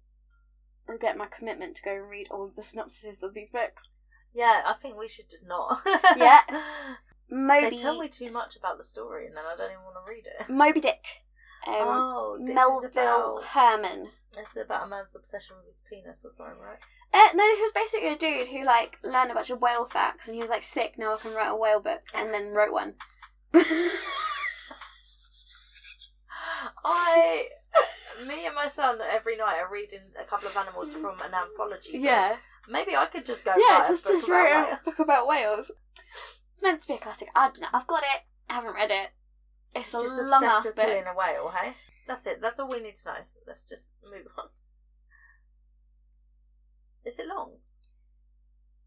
regret my commitment to go and read all of the synopses of these books. Yeah, I think we should just not. Yeah. They Moby, tell me too much about the story and then I don't even want to read it. Moby Dick, um, oh, this Melville is about, Herman. this is about a man's obsession with his penis or something, right? Uh, no, he was basically a dude who like learned a bunch of whale facts, and he was like, "Sick, now I can write a whale book," and then wrote one. I, me and my son every night are reading a couple of animals from an anthology. book. yeah. Maybe I could just go. yeah, write a just book just about wrote whale. a book about Wales. It's meant to be a classic. I don't know. I've got it. I haven't read it. It's He's a just long obsessed ass with book. killing a whale. Hey, that's it. That's all we need to know. Let's just move on. Is it long?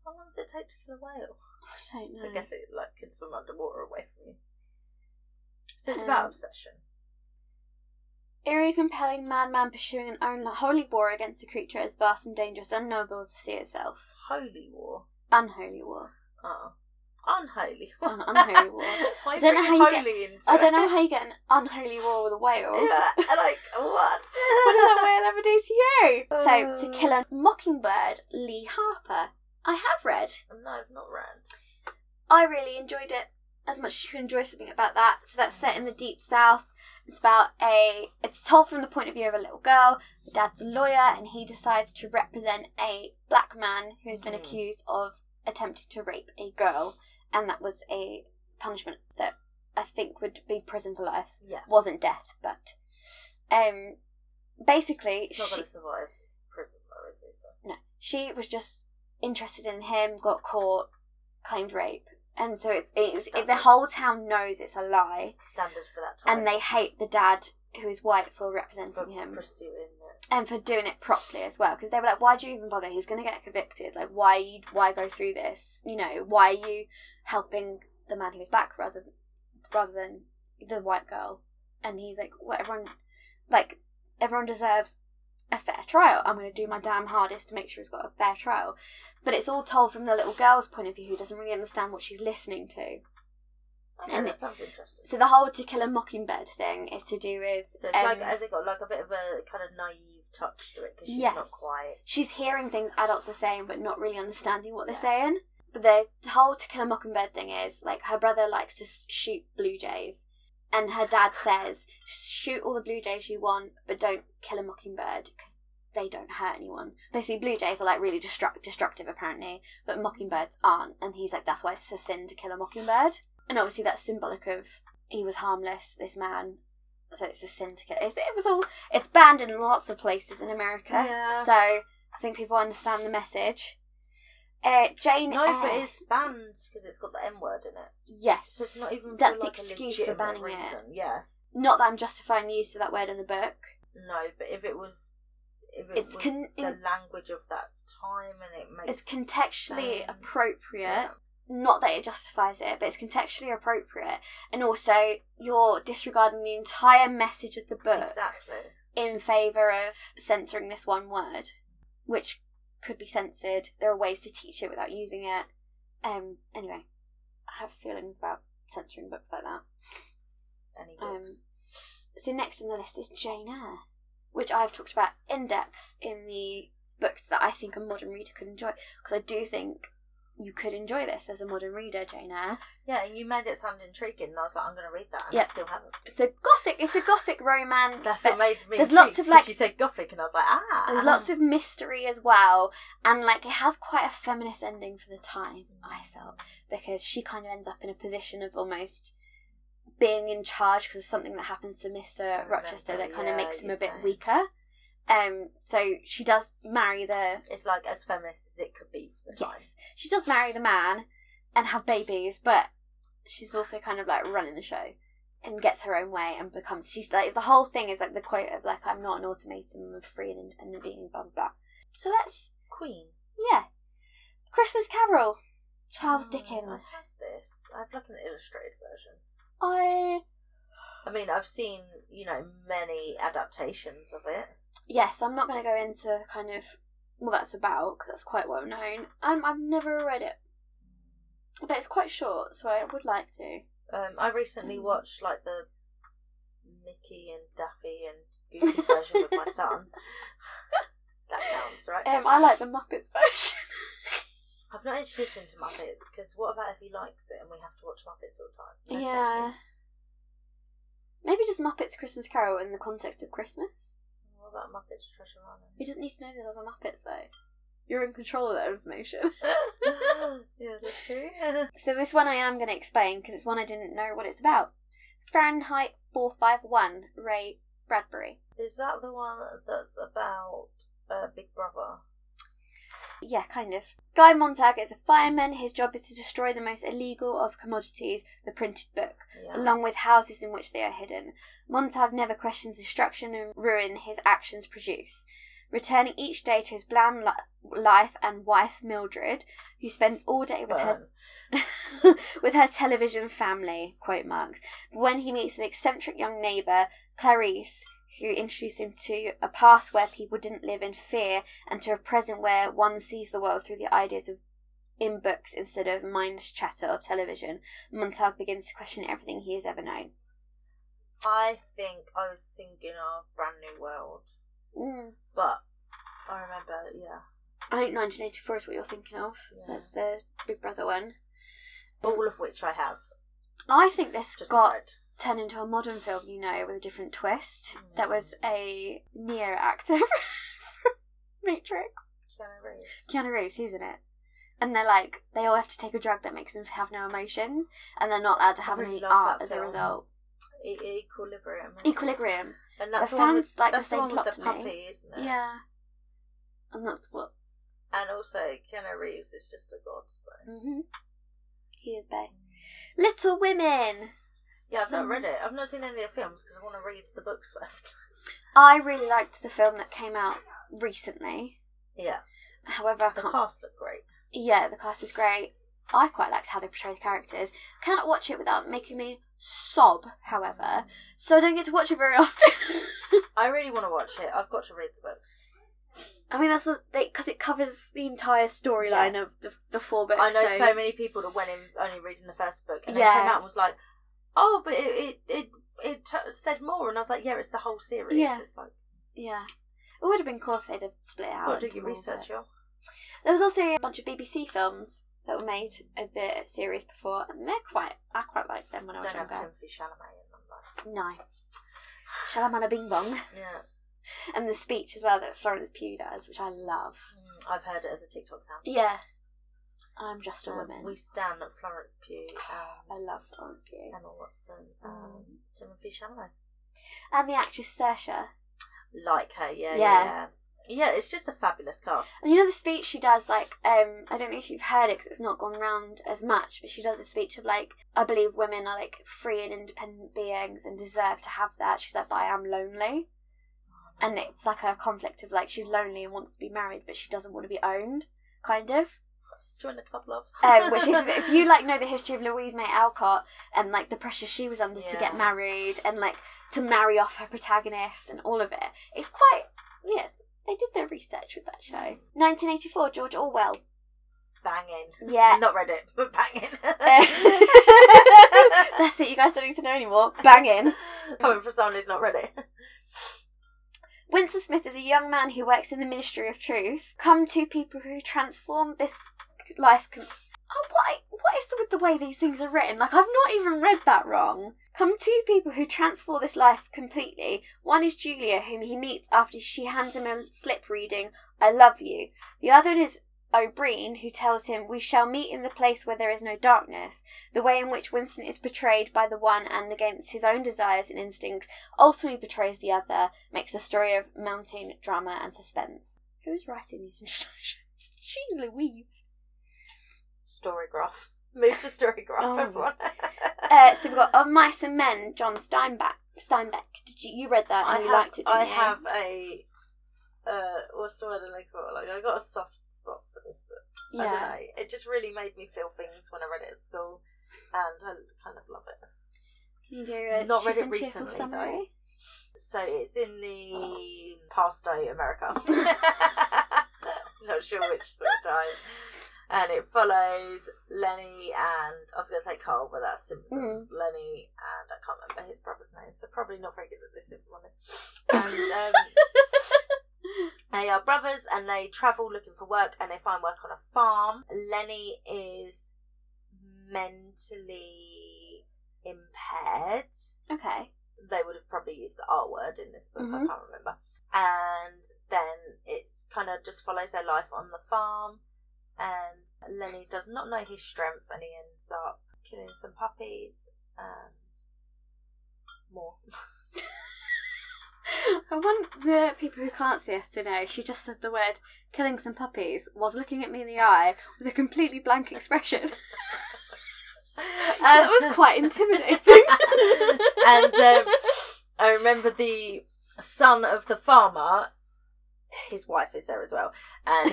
How long does it take to kill a whale? I don't know. I guess it like can swim underwater away from you. So it's Um, about obsession. Eerie, compelling madman pursuing an own holy war against a creature as vast and dangerous, unknowable as the sea itself. Holy war. Unholy war. Oh. Unholy war. Un- unholy war. Why I don't know bring how you holy into I don't it? know how you get an unholy war with a whale. Yeah, like what? What does that whale ever do to you? Uh. So, To Kill a Mockingbird, Lee Harper. I have read. No, I've not read. I really enjoyed it as much as you can enjoy something about that. So that's set in the deep south. It's about a. It's told from the point of view of a little girl. Her dad's a lawyer, and he decides to represent a black man who has been Mhm. accused of attempting to rape a girl, and that was a punishment that I think would be prison for life. Yeah, Wasn't death, but um, basically, it's not she- going to survive prison though, is it? So. no. She was just interested in him, got caught, claimed rape. And so it's, it's it, the whole town knows it's a lie. Standard for that time. And they hate the dad who is white for for representing him pursuing it. and for doing it properly as well. Because they were like, "Why do you even bother? He's going to get convicted. Like, why you, why go through this? You know, why are you helping the man who's black rather rather than the white girl?" And he's like, "Well, everyone like everyone deserves a fair trial. I'm going to do my damn hardest to make sure he's got a fair trial." But it's all told from the little girl's point of view, who doesn't really understand what she's listening to. Okay, And that it- sounds interesting. So the whole "To Kill a Mockingbird" thing is to do with So it's um, like, has it got like a bit of a kind of naive touch to it because she's not Yes. quite. she's hearing things adults are saying but not really understanding what they're Yeah. saying. But the whole To Kill a Mockingbird thing is like her brother likes to s- shoot blue jays, and her dad says, shoot all the blue jays you want, but don't kill a mockingbird because they don't hurt anyone. Basically, blue jays are like really destruct- destructive apparently, but mockingbirds aren't. And he's like, that's why it's a sin to kill a mockingbird. And obviously, that's symbolic of he was harmless, this man. So it's a sin to kill. It's, it was all. It's banned in lots of places in America. Yeah. So I think people understand the message. uh, Jane No, Eyre. but it's banned because it's got the N word in it. yes. So it's not even. That's for, the like, a excuse for legitimate banning it. reason. Yeah. Not that I'm justifying the use of that word in a book. No, but if it was, if it It's was con- the in- language of that time and it makes It's contextually sense. appropriate. Yeah. Not that it justifies it, but it's contextually appropriate. And also, you're disregarding the entire message of the book Exactly. in favour of censoring this one word, which could be censored. There are ways to teach it without using it. Um. Anyway, I have feelings about censoring books like that. Any Um, books. so next on the list is Jane Eyre, which I've talked about in depth in the books that I think a modern reader could enjoy because I do think you could enjoy this as a modern reader, Jane Eyre. yeah, and you made it sound intriguing, and I was like, I'm going to read that, and I Yeah. still haven't. It's a gothic. It's a gothic romance. That's but what made me. there's lots intrigued, of, like- 'cause you said gothic, and I was like, ah. there's lots of mystery as well, and like it has quite a feminist ending for the time. I felt because she kind of ends up in a position of almost being in charge because of something that happens to I Mr. remember, Rochester that kind yeah, of makes him you a bit saying. weaker. Um, so she does marry the It's like as feminist as it could be for the time. yes, she does marry the man and have babies, but she's also kind of like running the show and gets her own way and becomes she's like the whole thing is like the quote of like I'm not an automaton, I'm a free and independent being, blah blah blah. So let's Queen. yeah, Christmas Carol, Charles Oh, Dickens. I have this. I have like an illustrated version. I I mean, I've seen you know many adaptations of it. yes, I'm not going to go into kind of what that's about because that's quite well known. Um, I've never read it, but it's quite short, so I would like to. Um, I recently Mm. watched like the Mickey and Daffy and Goofy version with my son. That counts, right? Um, I like the Muppets version. I've not introduced him to Muppets because what about if he likes it and we have to watch Muppets all the time? No, yeah. thank you. Maybe just Muppets Christmas Carol in the context of Christmas. What about Muppets Treasure He Island? doesn't need to know there's other Muppets though. You're in control of that information. yeah, that's true. so this one I am going to explain because it's one I didn't know what it's about. Fahrenheit 451, Ray Bradbury. Is that the one that's about uh, Big Brother? Yeah, kind of. Guy Montag is a fireman. His job is to destroy the most illegal of commodities, the printed book, Yeah. along with houses in which they are hidden. Montag never questions destruction and ruin his actions produce. Returning each day to his bland li- life and wife Mildred, who spends all day with her Burn. with her television family, quote marks, when he meets an eccentric young neighbour, Clarice, who introduced him to a past where people didn't live in fear and to a present where one sees the world through the ideas of in books instead of mindless chatter of television, Montag begins to question everything he has ever known. I think I was thinking of Brand New World, Mm. but I remember, yeah. I think 1984 is what you're thinking of. Yeah. That's the Big Brother one. All of which I have. I think this Just not got read. turned into a modern film, you know, with a different twist. Mm. That was a Neo actor from Matrix. Keanu Reeves. Keanu Reeves, he's in it. And they're like, they all have to take a drug that makes them have no emotions, and they're not allowed to I have really any love art that as a film. result. E- equilibrium. isn't it? Equilibrium. And that's That the one with- sounds like the that's same one plot with to the me. puppy, isn't it? Yeah. And that's what. And also, Keanu Reeves is just a god. So. hmm He is Mm. bae. Little Women! Yeah, I've not Mm. read it. I've not seen any of the films because I want to read the books first. I really liked the film that came out recently. yeah, However, I the can't cast look great. yeah, the cast is great. I quite liked how they portray the characters. Cannot watch it without making me sob, however, so I don't get to watch it very often. I really want to watch it. I've got to read the books. I mean, that's because it covers the entire storyline of the, the four books. I know so, so many people that went in only reading the first book and Yeah. they came out and was like, "Oh, but it it it, it t- said more," and I was like, "Yeah, it's the whole series." Yeah. It's like, yeah, it would have been cool if they'd have split it out. got to do into your more, research, but- y'all. There was also a bunch of BBC films that were made of the series before, and they're quite. I quite liked them when I Don't was have younger. Timothy Chalamet in them. Though. No, Shalamana Bing Bong, Yeah, and the speech as well that Florence Pugh does, which I love. Mm, I've heard it as a TikTok sound. Yeah. Uh, I'm just a Um, woman. We stand at Florence Pugh I and love Florence Pugh. Emma Watson and Mm. Timothy Chalamet. And the actress Saoirse. Like her, yeah, yeah. Yeah. yeah. Yeah, it's just a fabulous cast. And you know the speech she does, like, um, I don't know if you've heard it because it's not gone round as much, but she does a speech of, like, I believe women are, like, free and independent beings and deserve to have that. She's like, but I am lonely. And it's like a conflict of, like, she's lonely and wants to be married, but she doesn't want to be owned, kind of. Join the club, love. Um, which is, if you, like, know the history of Louise May Alcott and, like, the pressure she was under to Yeah. get married and, like, to marry off her protagonist and all of it, it's quite, yes. They did their research with that show. 1984, George Orwell. banging. Yeah. Not read it, but banging. Uh, That's it, you guys don't need to know anymore. Banging. Coming from someone who's not read it. Winston Smith is a young man who works in the Ministry of Truth. Come to people who transform this life. Con- oh, what, what is the, with the way these things are written? Like, I've not even read that wrong. Come to people who transform this life completely. One is Julia, whom he meets after she hands him a slip reading, I love you. The other is O'Brien, who tells him, We shall meet in the place where there is no darkness. The way in which Winston is betrayed by the one and against his own desires and instincts ultimately betrays the other, makes a story of mounting drama and suspense. Who is writing these instructions? Jeez Louise. Storygraph. Move to Storygraph, Oh. everyone. Uh, so we've got Of Mice and Men, John Steinbeck. Steinbeck, did you, you read that and I you have, liked it, didn't I you? have a. Uh, what's the word I look for? Like, I got a soft spot for this book. Yeah. I don't know. It just really made me feel things when I read it at school, and I kind of love it. Can you do a Not cheap read it and cheerful recently, summary? So it's in the past day America. Not sure which sort of time. And it follows Lenny and I was going to say Carl, but that's Simpsons. Lenny and I can't remember his brother's name, so probably not very good at this Simpsons. honest. And um, they are brothers and they travel looking for work and they find work on a farm. Lenny is mentally impaired Okay. they would have probably used the R word in this book, I Mhm. can't remember. And then it kind of just follows their life on the farm. And Lenny does not know his strength and he ends up killing some puppies and more. I want the people who can't see us to know she just said the word killing some puppies, was looking at me in the eye with a completely blank expression. so that Um, was quite intimidating. Uh, and um, I remember the son of the farmer, his wife is there as well, and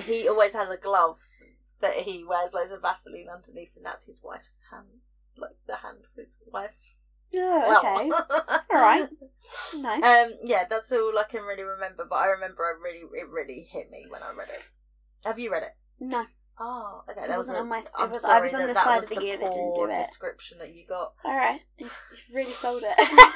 he always has a glove that he wears loads of Vaseline underneath, and that's his wife's hand, like the hand of his wife. Oh, okay. All right. Nice. Um, yeah, that's all I can really remember, but I remember I really, it really hit me when I read it. Have you read it? no, Oh, okay. It that wasn't a- on my s- it I'm was- I sorry was on that the that side was of the year that didn't poor do it. Description that you got. all right. You've, you've really sold it.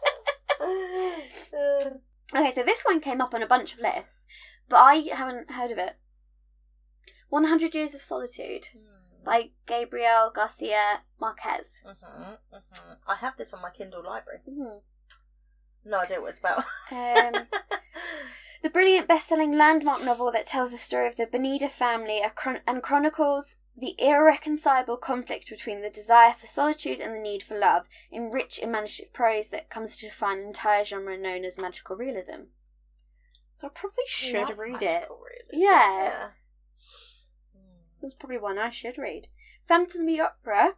Mm-hmm, okay, so this one came up on a bunch of lists, but I haven't heard of it. 100 Years of Solitude by Gabriel Garcia Marquez. Mhm, mhm. I have this on my Kindle library. Mm. No idea what it's about. Um, the brilliant best-selling landmark novel that tells the story of the Benida family a chron- and chronicles the irreconcilable conflict between the desire for solitude and the need for love in rich imaginative prose that comes to define an entire genre known as magical realism. So I probably should Love read it. magical realism, Yeah. Mm. That's probably one I should read. Phantom of the Opera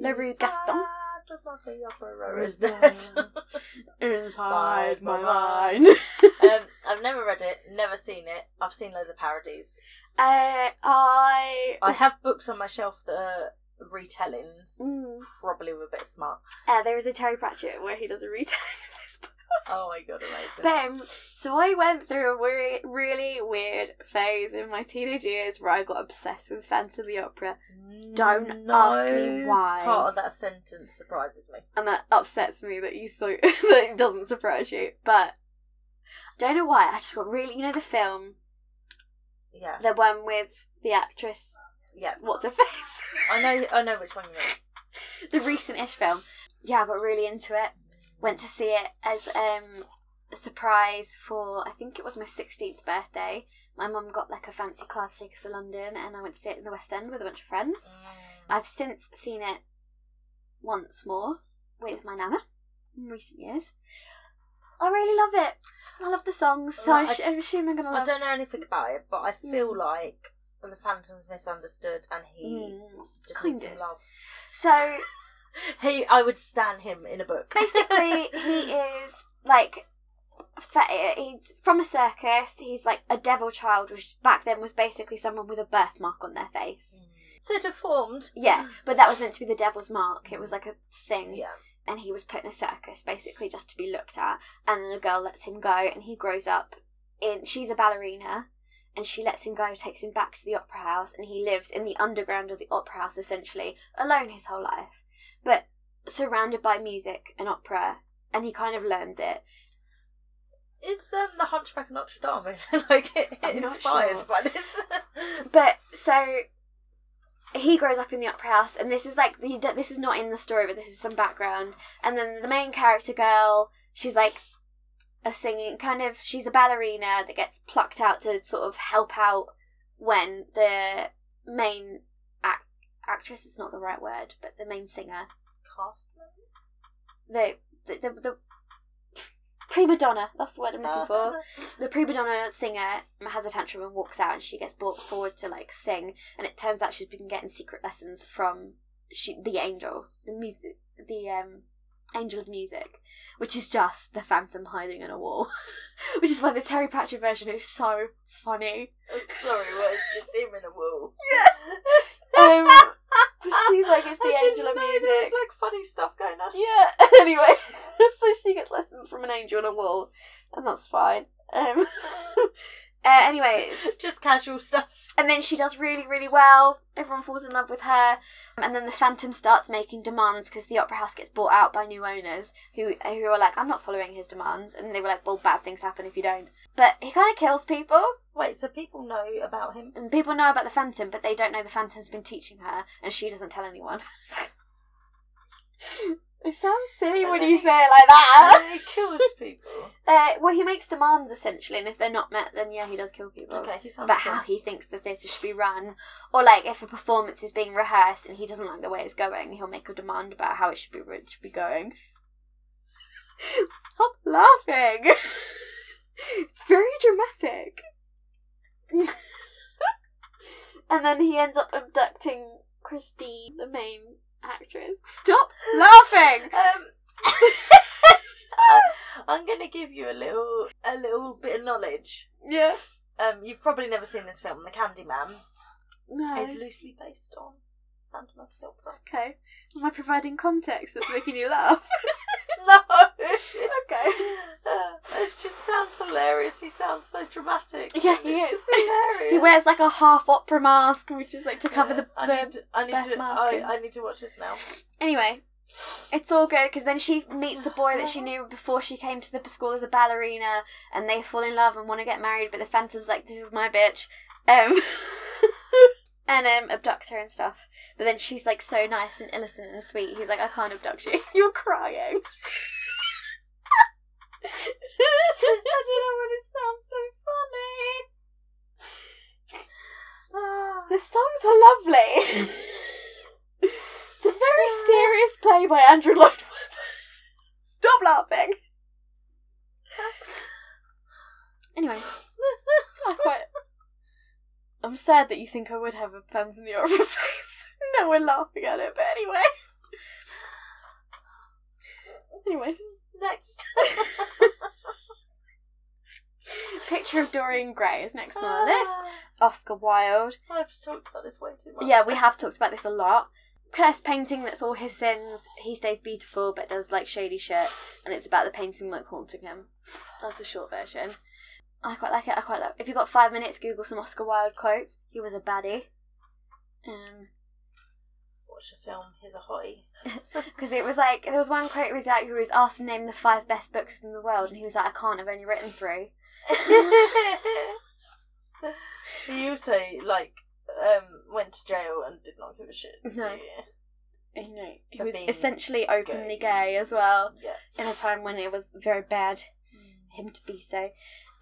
Le Roux Gaston. Inside of the opera is Rosewood. dead. inside my mind. um, I've never read it, never seen it. I've seen loads of parodies. uh, I. I have books on my shelf that are retellings. Mm. Probably were a bit smart. Uh, there is a Terry Pratchett where he does a retelling of this book. Oh my god, amazing. Boom. So I went through a weird, really weird phase in my teenage years where I got obsessed with Phantom of the Opera, Don't ask me No why. Part of that sentence surprises me. and that upsets me that you thought that it doesn't surprise you. But I don't know why. I just got really, you know, the film, Yeah, the one with the actress, yeah. what's her face, I know, I know which one you mean. the recent-ish film. Yeah, I got really into it. Went to see it as um, a surprise for I think it was my sixteenth birthday. My mum got like a fancy card to take us to London, and I went to see it in the West End with a bunch of friends. Mm. I've since seen it once more with my nana in recent years. I really love it. I love the songs, so Well, I'm, sh- I'm assuming I'm gonna I love. don't know anything about it, but I feel Mm. like the Phantom's misunderstood and he Mm. just kind needs some of. love. So He, I would stand him in a book. basically, he is like. fa- He's from a circus. He's like a devil child, which back then was basically someone with a birthmark on their face. Mm. so deformed. Yeah, but that was meant to be the devil's mark. It was like a thing. Yeah. and he was put in a circus basically just to be looked at and then a girl lets him go and he grows up in she's a ballerina and she lets him go takes him back to the opera house and he lives in the underground of the opera house essentially alone his whole life but surrounded by music and opera and he kind of learns it Is um, the Hunchback of Notre Dame like I'm not inspired sure. by this? but so he grows up in the opera house and this is like the, this is not in the story but this is some background and then the main character girl she's like a singing kind of she's a ballerina that gets plucked out to sort of help out when the main act, actress is not the right word but the main singer Cast member? the the the, the prima donna that's the word i'm Uh, looking for the prima donna singer has a tantrum and walks out and she gets brought forward to like sing and it turns out she's been getting secret lessons from she, the angel the music the um angel of music which is just the phantom hiding in a wall which is why the terry pratchett version is so funny I'm sorry, well, it's just him in a wall. um but she's like it's the I angel of didn't know there was music like funny stuff going on. yeah anyway so she gets lessons from an angel on a wall and that's fine um uh, anyway it's It's just casual stuff. And then she does really, really well. Everyone falls in love with her. And then the Phantom starts making demands because the Opera House gets bought out by new owners who who are like, I'm not following his demands. And they were like, well, bad things happen if you don't. But he kind of kills people. Wait, so people know about him? And people know about the Phantom, but they don't know the Phantom's been teaching her. And she doesn't tell anyone. it sounds silly when you say it like that. he kills people. Uh, well, he makes demands essentially. And if they're not met, then yeah, he does kill people Okay, he sounds about cool. how he thinks the theatre should be run, or like if a performance is being rehearsed and he doesn't like the way it's going, he'll make a demand about how it should be it should be going. Stop laughing. it's very dramatic. and then he ends up abducting Christine, the main actress. Stop laughing. Um, I'm gonna give you a little, a little bit of knowledge. Yeah. Um, you've probably never seen this film, The Candyman. No. It's loosely based on Phantom of the Opera. Okay. Am I providing context that's making you laugh? No. okay. it just sounds hilarious. He sounds so dramatic. Yeah, he it's is. just hilarious. He wears like a half opera mask, which is like to cover the. I the... need to. I need birth to. I, markings. I need to watch this now. Anyway, it's all good because then she meets a boy that she knew before she came to the school as a ballerina, and they fall in love and want to get married, but the Phantom's like, "This is my bitch," um, and um, abducts her and stuff. But then she's like so nice and innocent and sweet. He's like, "I can't abduct you. You're crying." I don't know when it sounds so funny. Ah. The songs are lovely. it's a very serious play by Andrew Lloyd Webber. Stop laughing. Anyway, I quite. I'm sad that you think I would have a pants in the opera face. No, we're laughing at it, but anyway. Anyway, Next. picture of Dorian Gray is next on our list. Oscar Wilde. Ah, I've talked about this way too much. Yeah, we have talked about this a lot. Cursed painting that's all his sins. He stays beautiful but does like shady shit, and it's about the painting like haunting him. That's the short version. I quite like it. I quite like. If you got five minutes, Google some Oscar Wilde quotes. He was a baddie. Um, Watch a film. Here's a hottie. because it was like there was one quote who was like who was asked to name the five best books in the world, and he was like, I can't. I've only written three. he also like um went to jail and did not give a shit. No. Yeah. And, You know, he For was being essentially openly gay. gay as well Yeah. in a time when it was very bad. him to be so.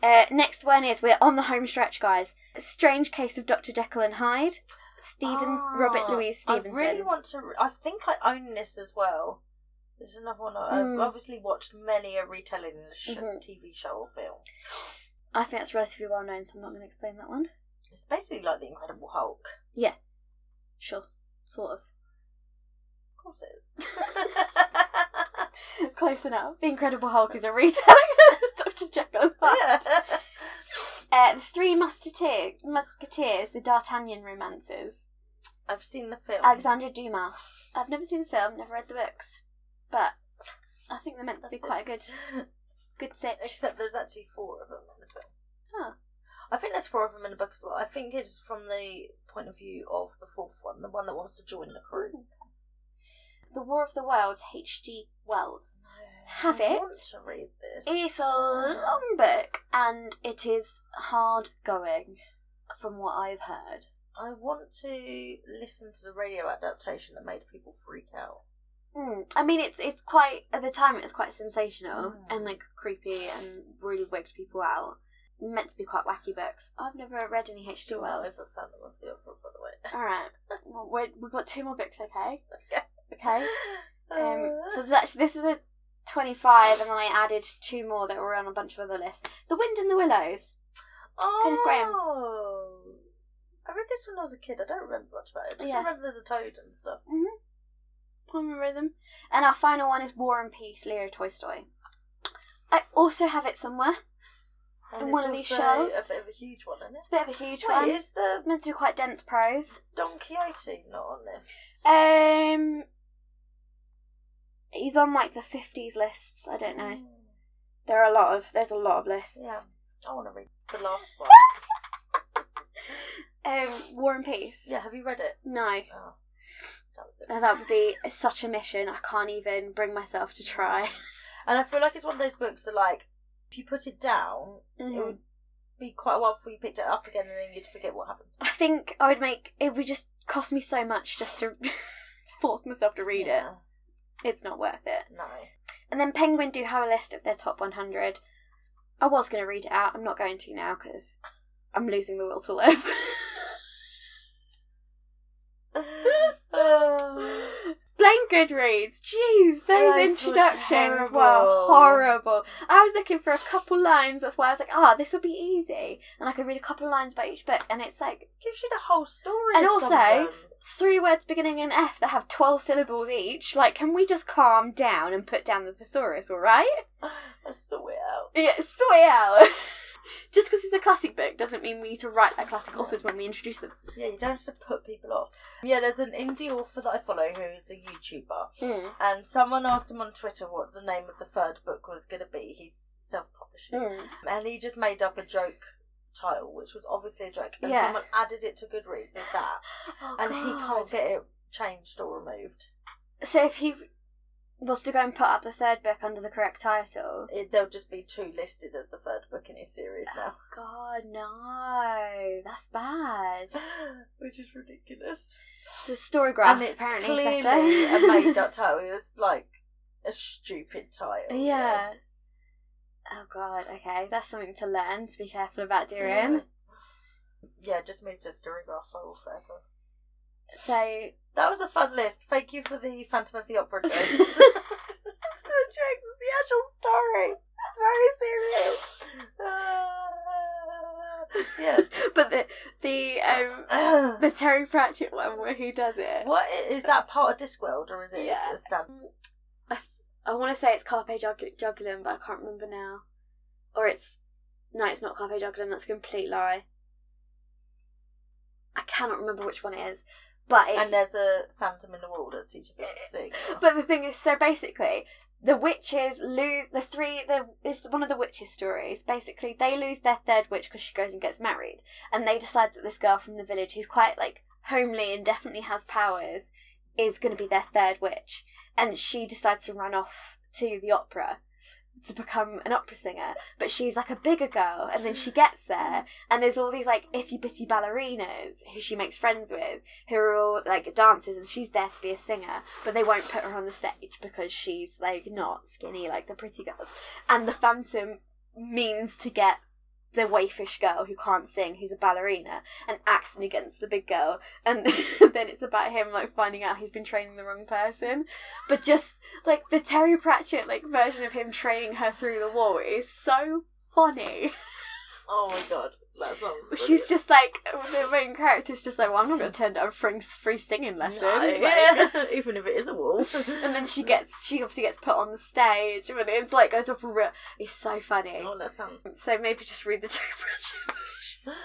Uh, next one is we're on the home stretch, guys. A strange case of Dr. Jekyll and Hyde. Stephen Ah, Robert Louise Stevenson. I really want to. I think I own this as well. There's another one. I- I've Mm. obviously watched many a retelling of the sh- Mhm. TV show or film. I think that's relatively well known, so I'm not going to explain that one. It's basically like The Incredible Hulk. Sure, sort of. Of course it is. Close enough. The Incredible Hulk is a retelling of Dr. Jekyll and Hyde. Yeah. Uh, the Three Musketeer- Musketeers, the D'Artagnan romances. I've seen the film. Alexandra Dumas. I've never seen the film, never read the books, but I think they're meant to be That's it. quite a good, good sitch. Except there's actually four of them in the film. Huh. I think there's four of them in the book as well. I think it's from the point of view of the fourth one, the one that wants to join the crew. The War of the Worlds, H.G. Wells. Have I it. want to read this. It's a long book and it is hard going, from what I've heard. I want to listen to the radio adaptation that made people freak out. Mm. I mean, it's it's quite at the time it was quite sensational Mm. and like creepy and really wigged people out. Meant to be quite wacky books. I've never read any H.G. Still not Wells. over Phantom of the Opera, by the way. All right, well, we're- we've got two more books. Okay, Okay. okay. Uh, Um, so there's actually this is a twenty-five, and then I added two more that were on a bunch of other lists. The Wind and the Willows. Kenneth Graham. oh, I read this when I was a kid. I don't remember much about it. I just Yeah. remember there's a toad and stuff. I remember them. And our final one is War and Peace, Leo Tolstoy. I also have it somewhere. And In it's one of these also shows? A bit of a huge one, isn't It's it? a bit of a huge Wait, one. is the meant to be quite dense prose. Don Quixote not on this? Um, he's on like the fifties lists. I don't know. There are a lot of there's a lot of lists. Hmm. Yeah, I want to read the last one. Um, War and Peace. yeah, have you read it? No, Oh, that was it. Now, that would be such a mission. I can't even bring myself to try. And I feel like it's one of those books that, like, if you put it down, Mm-hmm. it would be quite a while before you picked it up again, and then you'd forget what happened. I think I would make it would just cost me so much just to force myself to read yeah. it. It's not worth it. No. And then Penguin do have a list of their top one hundred. I was going to read it out. I'm not going to now because I'm losing the will to live. Blame Goodreads. Jeez, those Those were introductions were terrible. horrible. I was looking for a couple lines. That's why I was like, ah, this will be easy. And I could read a couple of lines about each book. And it's like Gives you the whole story. And of also- something. three words beginning in F that have 12 syllables each. Like, can we just calm down and put down the thesaurus, all right? I saw it out. Yeah, sort it out. just because it's a classic book doesn't mean we need to write like classic authors when we introduce them. Yeah, you don't have to put people off. Yeah, there's an indie author that I follow who's a YouTuber, Mm. and someone asked him on Twitter what the name of the third book was going to be. He's self publishing. Mm. And he just made up a joke title, which was obviously a joke. And Yeah. someone added it to Goodreads as that. Oh, And he God. can't get it changed or removed. So if he was to go and put up the third book under the correct title, It, they'll just be two listed as the third book in his series now. God, no. That's bad. Which is ridiculous. So Storygraph and it's apparently clearly is a better. made up title. It was like a stupid title. yeah. Oh God. Okay, that's something to learn. To be careful about doing. Yeah, just moved to Storygraph file forever. So That was a fun list. Thank you for the Phantom of the Opera jokes. it's no jokes, it's the actual story. It's very serious. Uh, yeah. but the the um the Terry Pratchett one where he does it. what i- is that part of Discworld or is it Yeah. a stand? I, f- I want to say it's Carpe Jog- Jogulum, but I can't remember now. Or it's no, it's not Carpe Jogulum. That's a complete lie. I cannot remember which one it is, but it's And there's a phantom in the wall that's teaching people to sing. But the thing is, so basically, the witches lose the three. The it's one of the witches' stories. Basically, they lose their third witch because she goes and gets married, and they decide that this girl from the village, who's quite like homely and definitely has powers, is going to be their third witch, and she decides to run off to the opera to become an opera singer. But she's like a bigger girl, and then she gets there, and there's all these like itty bitty ballerinas who she makes friends with, who are all like dancers, and she's there to be a singer, but they won't put her on the stage because she's like not skinny like the pretty girls. And the Phantom means to get the waifish girl who can't sing, who's a ballerina, and acting against the big girl, and then it's about him like finding out he's been training the wrong person. But just like the Terry Pratchett like version of him training her through the wall is so funny. Oh my god, that sounds. Brilliant. She's just like the main character's just like, well, I'm not going to turn down free, free singing lessons. No, Like, yeah, even if it is a wall. And then she gets, she obviously gets put on the stage, but it's like goes off. a real- It's so funny. oh, that sounds. So maybe just read the Terry Pratchett That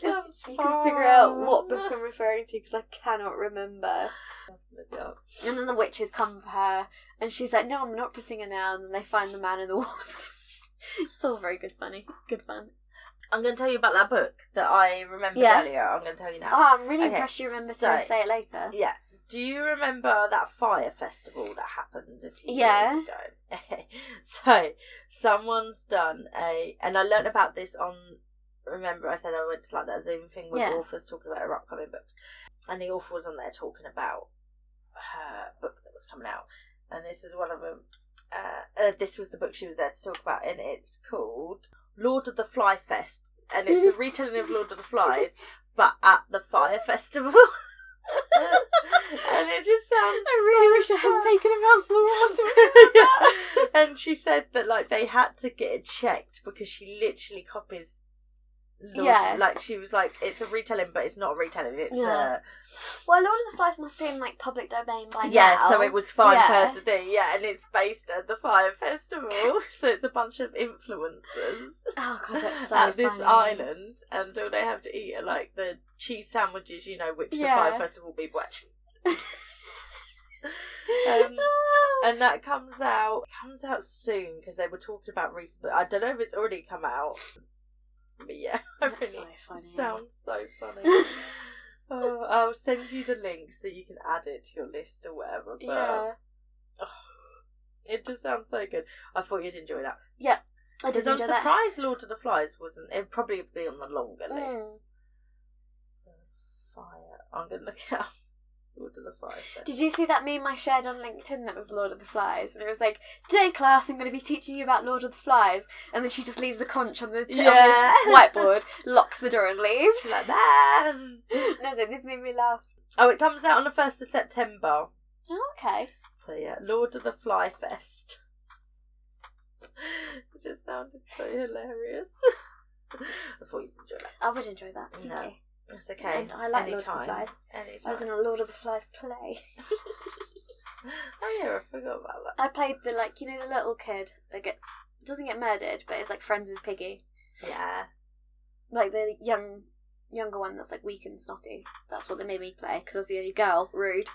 sounds You can figure out fun. what book I'm referring to because I cannot remember. Look it up. And then the witches come for her, and she's like, "No, I'm not opera singer now." And then they find the man in the walls. it's all very good, funny, good fun. I'm going to tell you about that book that I remembered Yeah. earlier. I'm going to tell you now. Oh, I'm really Okay, impressed you remember so- to say it later. Yeah. Do you remember that fire festival that happened a few Yeah. years ago? so someone's done a, and I learned about this on. Remember, I said I went to like that Zoom thing with Yeah. authors talking about their upcoming books, and the author was on there talking about her book that was coming out, and this is one of them. Uh, uh, this was the book she was there to talk about, and it's called Lord of the Fly Fest, and it's a retelling of Lord of the Flies, but at the fire festival. and it just sounds. I really wish I hadn't fun. taken a mouthful of water. and she said that like they had to get it checked because she literally copies. Lord, Yeah. like she was like, it's a retelling, but it's not a retelling. It's Yeah. a Well, Lord of the Flies must be in like public domain by yeah, now. so it was fine Yeah. for her to do. Yeah, and it's based at the Fire Festival, so it's a bunch of influencers Oh god, that's so at this funny. island, and all they have to eat are like the cheese sandwiches, you know, which Yeah. the Fire Festival people actually. Um, Oh, And that comes out comes out soon because they were talking about recent. But I don't know if it's already come out. But yeah, I That's so really- funny. sounds so funny. oh, I'll send you the link so you can add it to your list or whatever. But yeah. It just sounds so good. I thought you'd enjoy that. I did Because I'm enjoy that. surprised Lord of the Flies wasn't. It'd probably be on the longer Mm. list. Fire. I'm gonna look out. Lord of the Flies. then. Did you see that meme I shared on LinkedIn that was Lord of the Flies? And it was like, today class, I'm going to be teaching you about Lord of the Flies. And then she just leaves a conch on the, t- Yeah. on the whiteboard, locks the door and leaves. She's like that. And I was like, this made me laugh. Oh, it comes out on the first of September. Oh, okay. So yeah, Lord of the Fly Fest. it just sounded so hilarious. I thought you'd enjoy that. I would enjoy that. Thank No. you. That's okay. And I like Lord of the Anytime. Flies. I was Anytime. in a Lord of the Flies play. Oh yeah, I forgot about that. I played the, like, you know, the little kid that gets, doesn't get murdered, but is like friends with Piggy. Yeah. Like the young, younger one that's like weak and snotty. That's what they made me play because I was the only girl. Rude.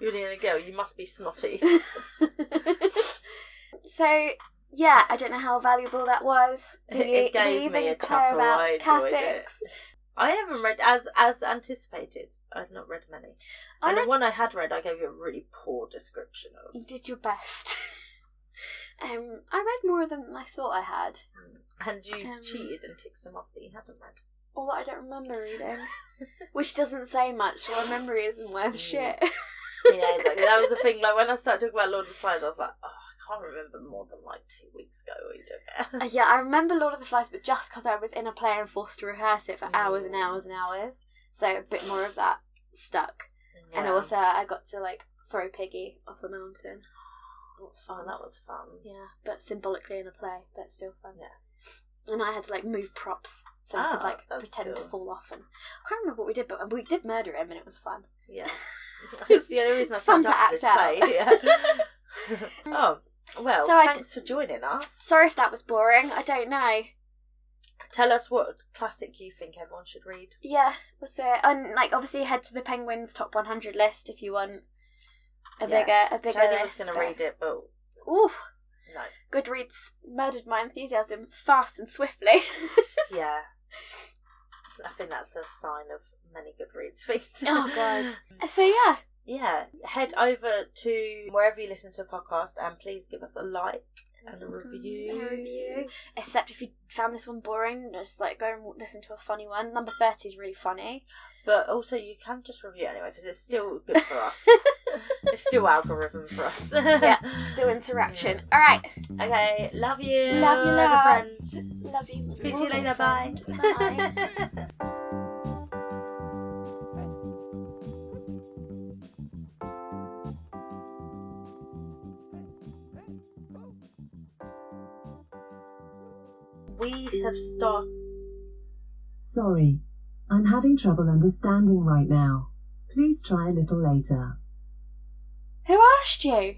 You're the only girl. You must be snotty. so yeah, I don't know how valuable that was. Do you, It do you gave even me a care chuckle, about I enjoyed it. cassocks? I haven't read as as anticipated. I've not read many. I and the read- one I had read, I gave you a really poor description of. You did your best. um, I read more than I thought I had, And you Um, cheated and ticked some off that you hadn't read. although I don't remember reading, which doesn't say much. So my memory isn't worth Mm. shit. yeah, exactly. That was the thing. Like when I started talking about Lord of the Flies, I was like, oh, I can't remember more than like two weeks ago. What you doing? Uh, yeah, I remember Lord of the Flies, but just because I was in a play and forced to rehearse it for hours and Mm. hours and hours, so a bit more of that stuck. And also, I got to like throw Piggy off a mountain. That was oh, fun. that was fun. Yeah, but symbolically in a play, but still fun. Yeah. And I had to like move props so I could Oh, like that's pretend to cool. fall off. And I can't remember what we did, but we did murder him, and it was fun. Yeah, it's the only reason I It's fun to signed up for act this out. play. Yeah. oh well, So I d- thanks for joining us. Sorry if that was boring. I don't know. Tell us what classic you think everyone should read. Yeah. So and like obviously head to the Penguins top 100 list if you want a Yeah. bigger a bigger Tony was list. going to but- read it, but Ooh, no. Goodreads murdered my enthusiasm fast and swiftly. Yeah, I think that's a sign of many good reads. Oh, God. so yeah, Yeah, head over to wherever you listen to a podcast and please give us a like and a review. And a review. Except if you found this one boring, just like go and listen to a funny one. Number 30 is really funny. But also, you can just review it anyway because it's still good for us. it's still algorithm for us. Yeah, still interaction. All right. Okay, love you. Love you, as a love. friend. Love you. Speak to you later. Bye. Bye. we have started. Sorry. I'm having trouble understanding right now. Please try a little later. Who asked you?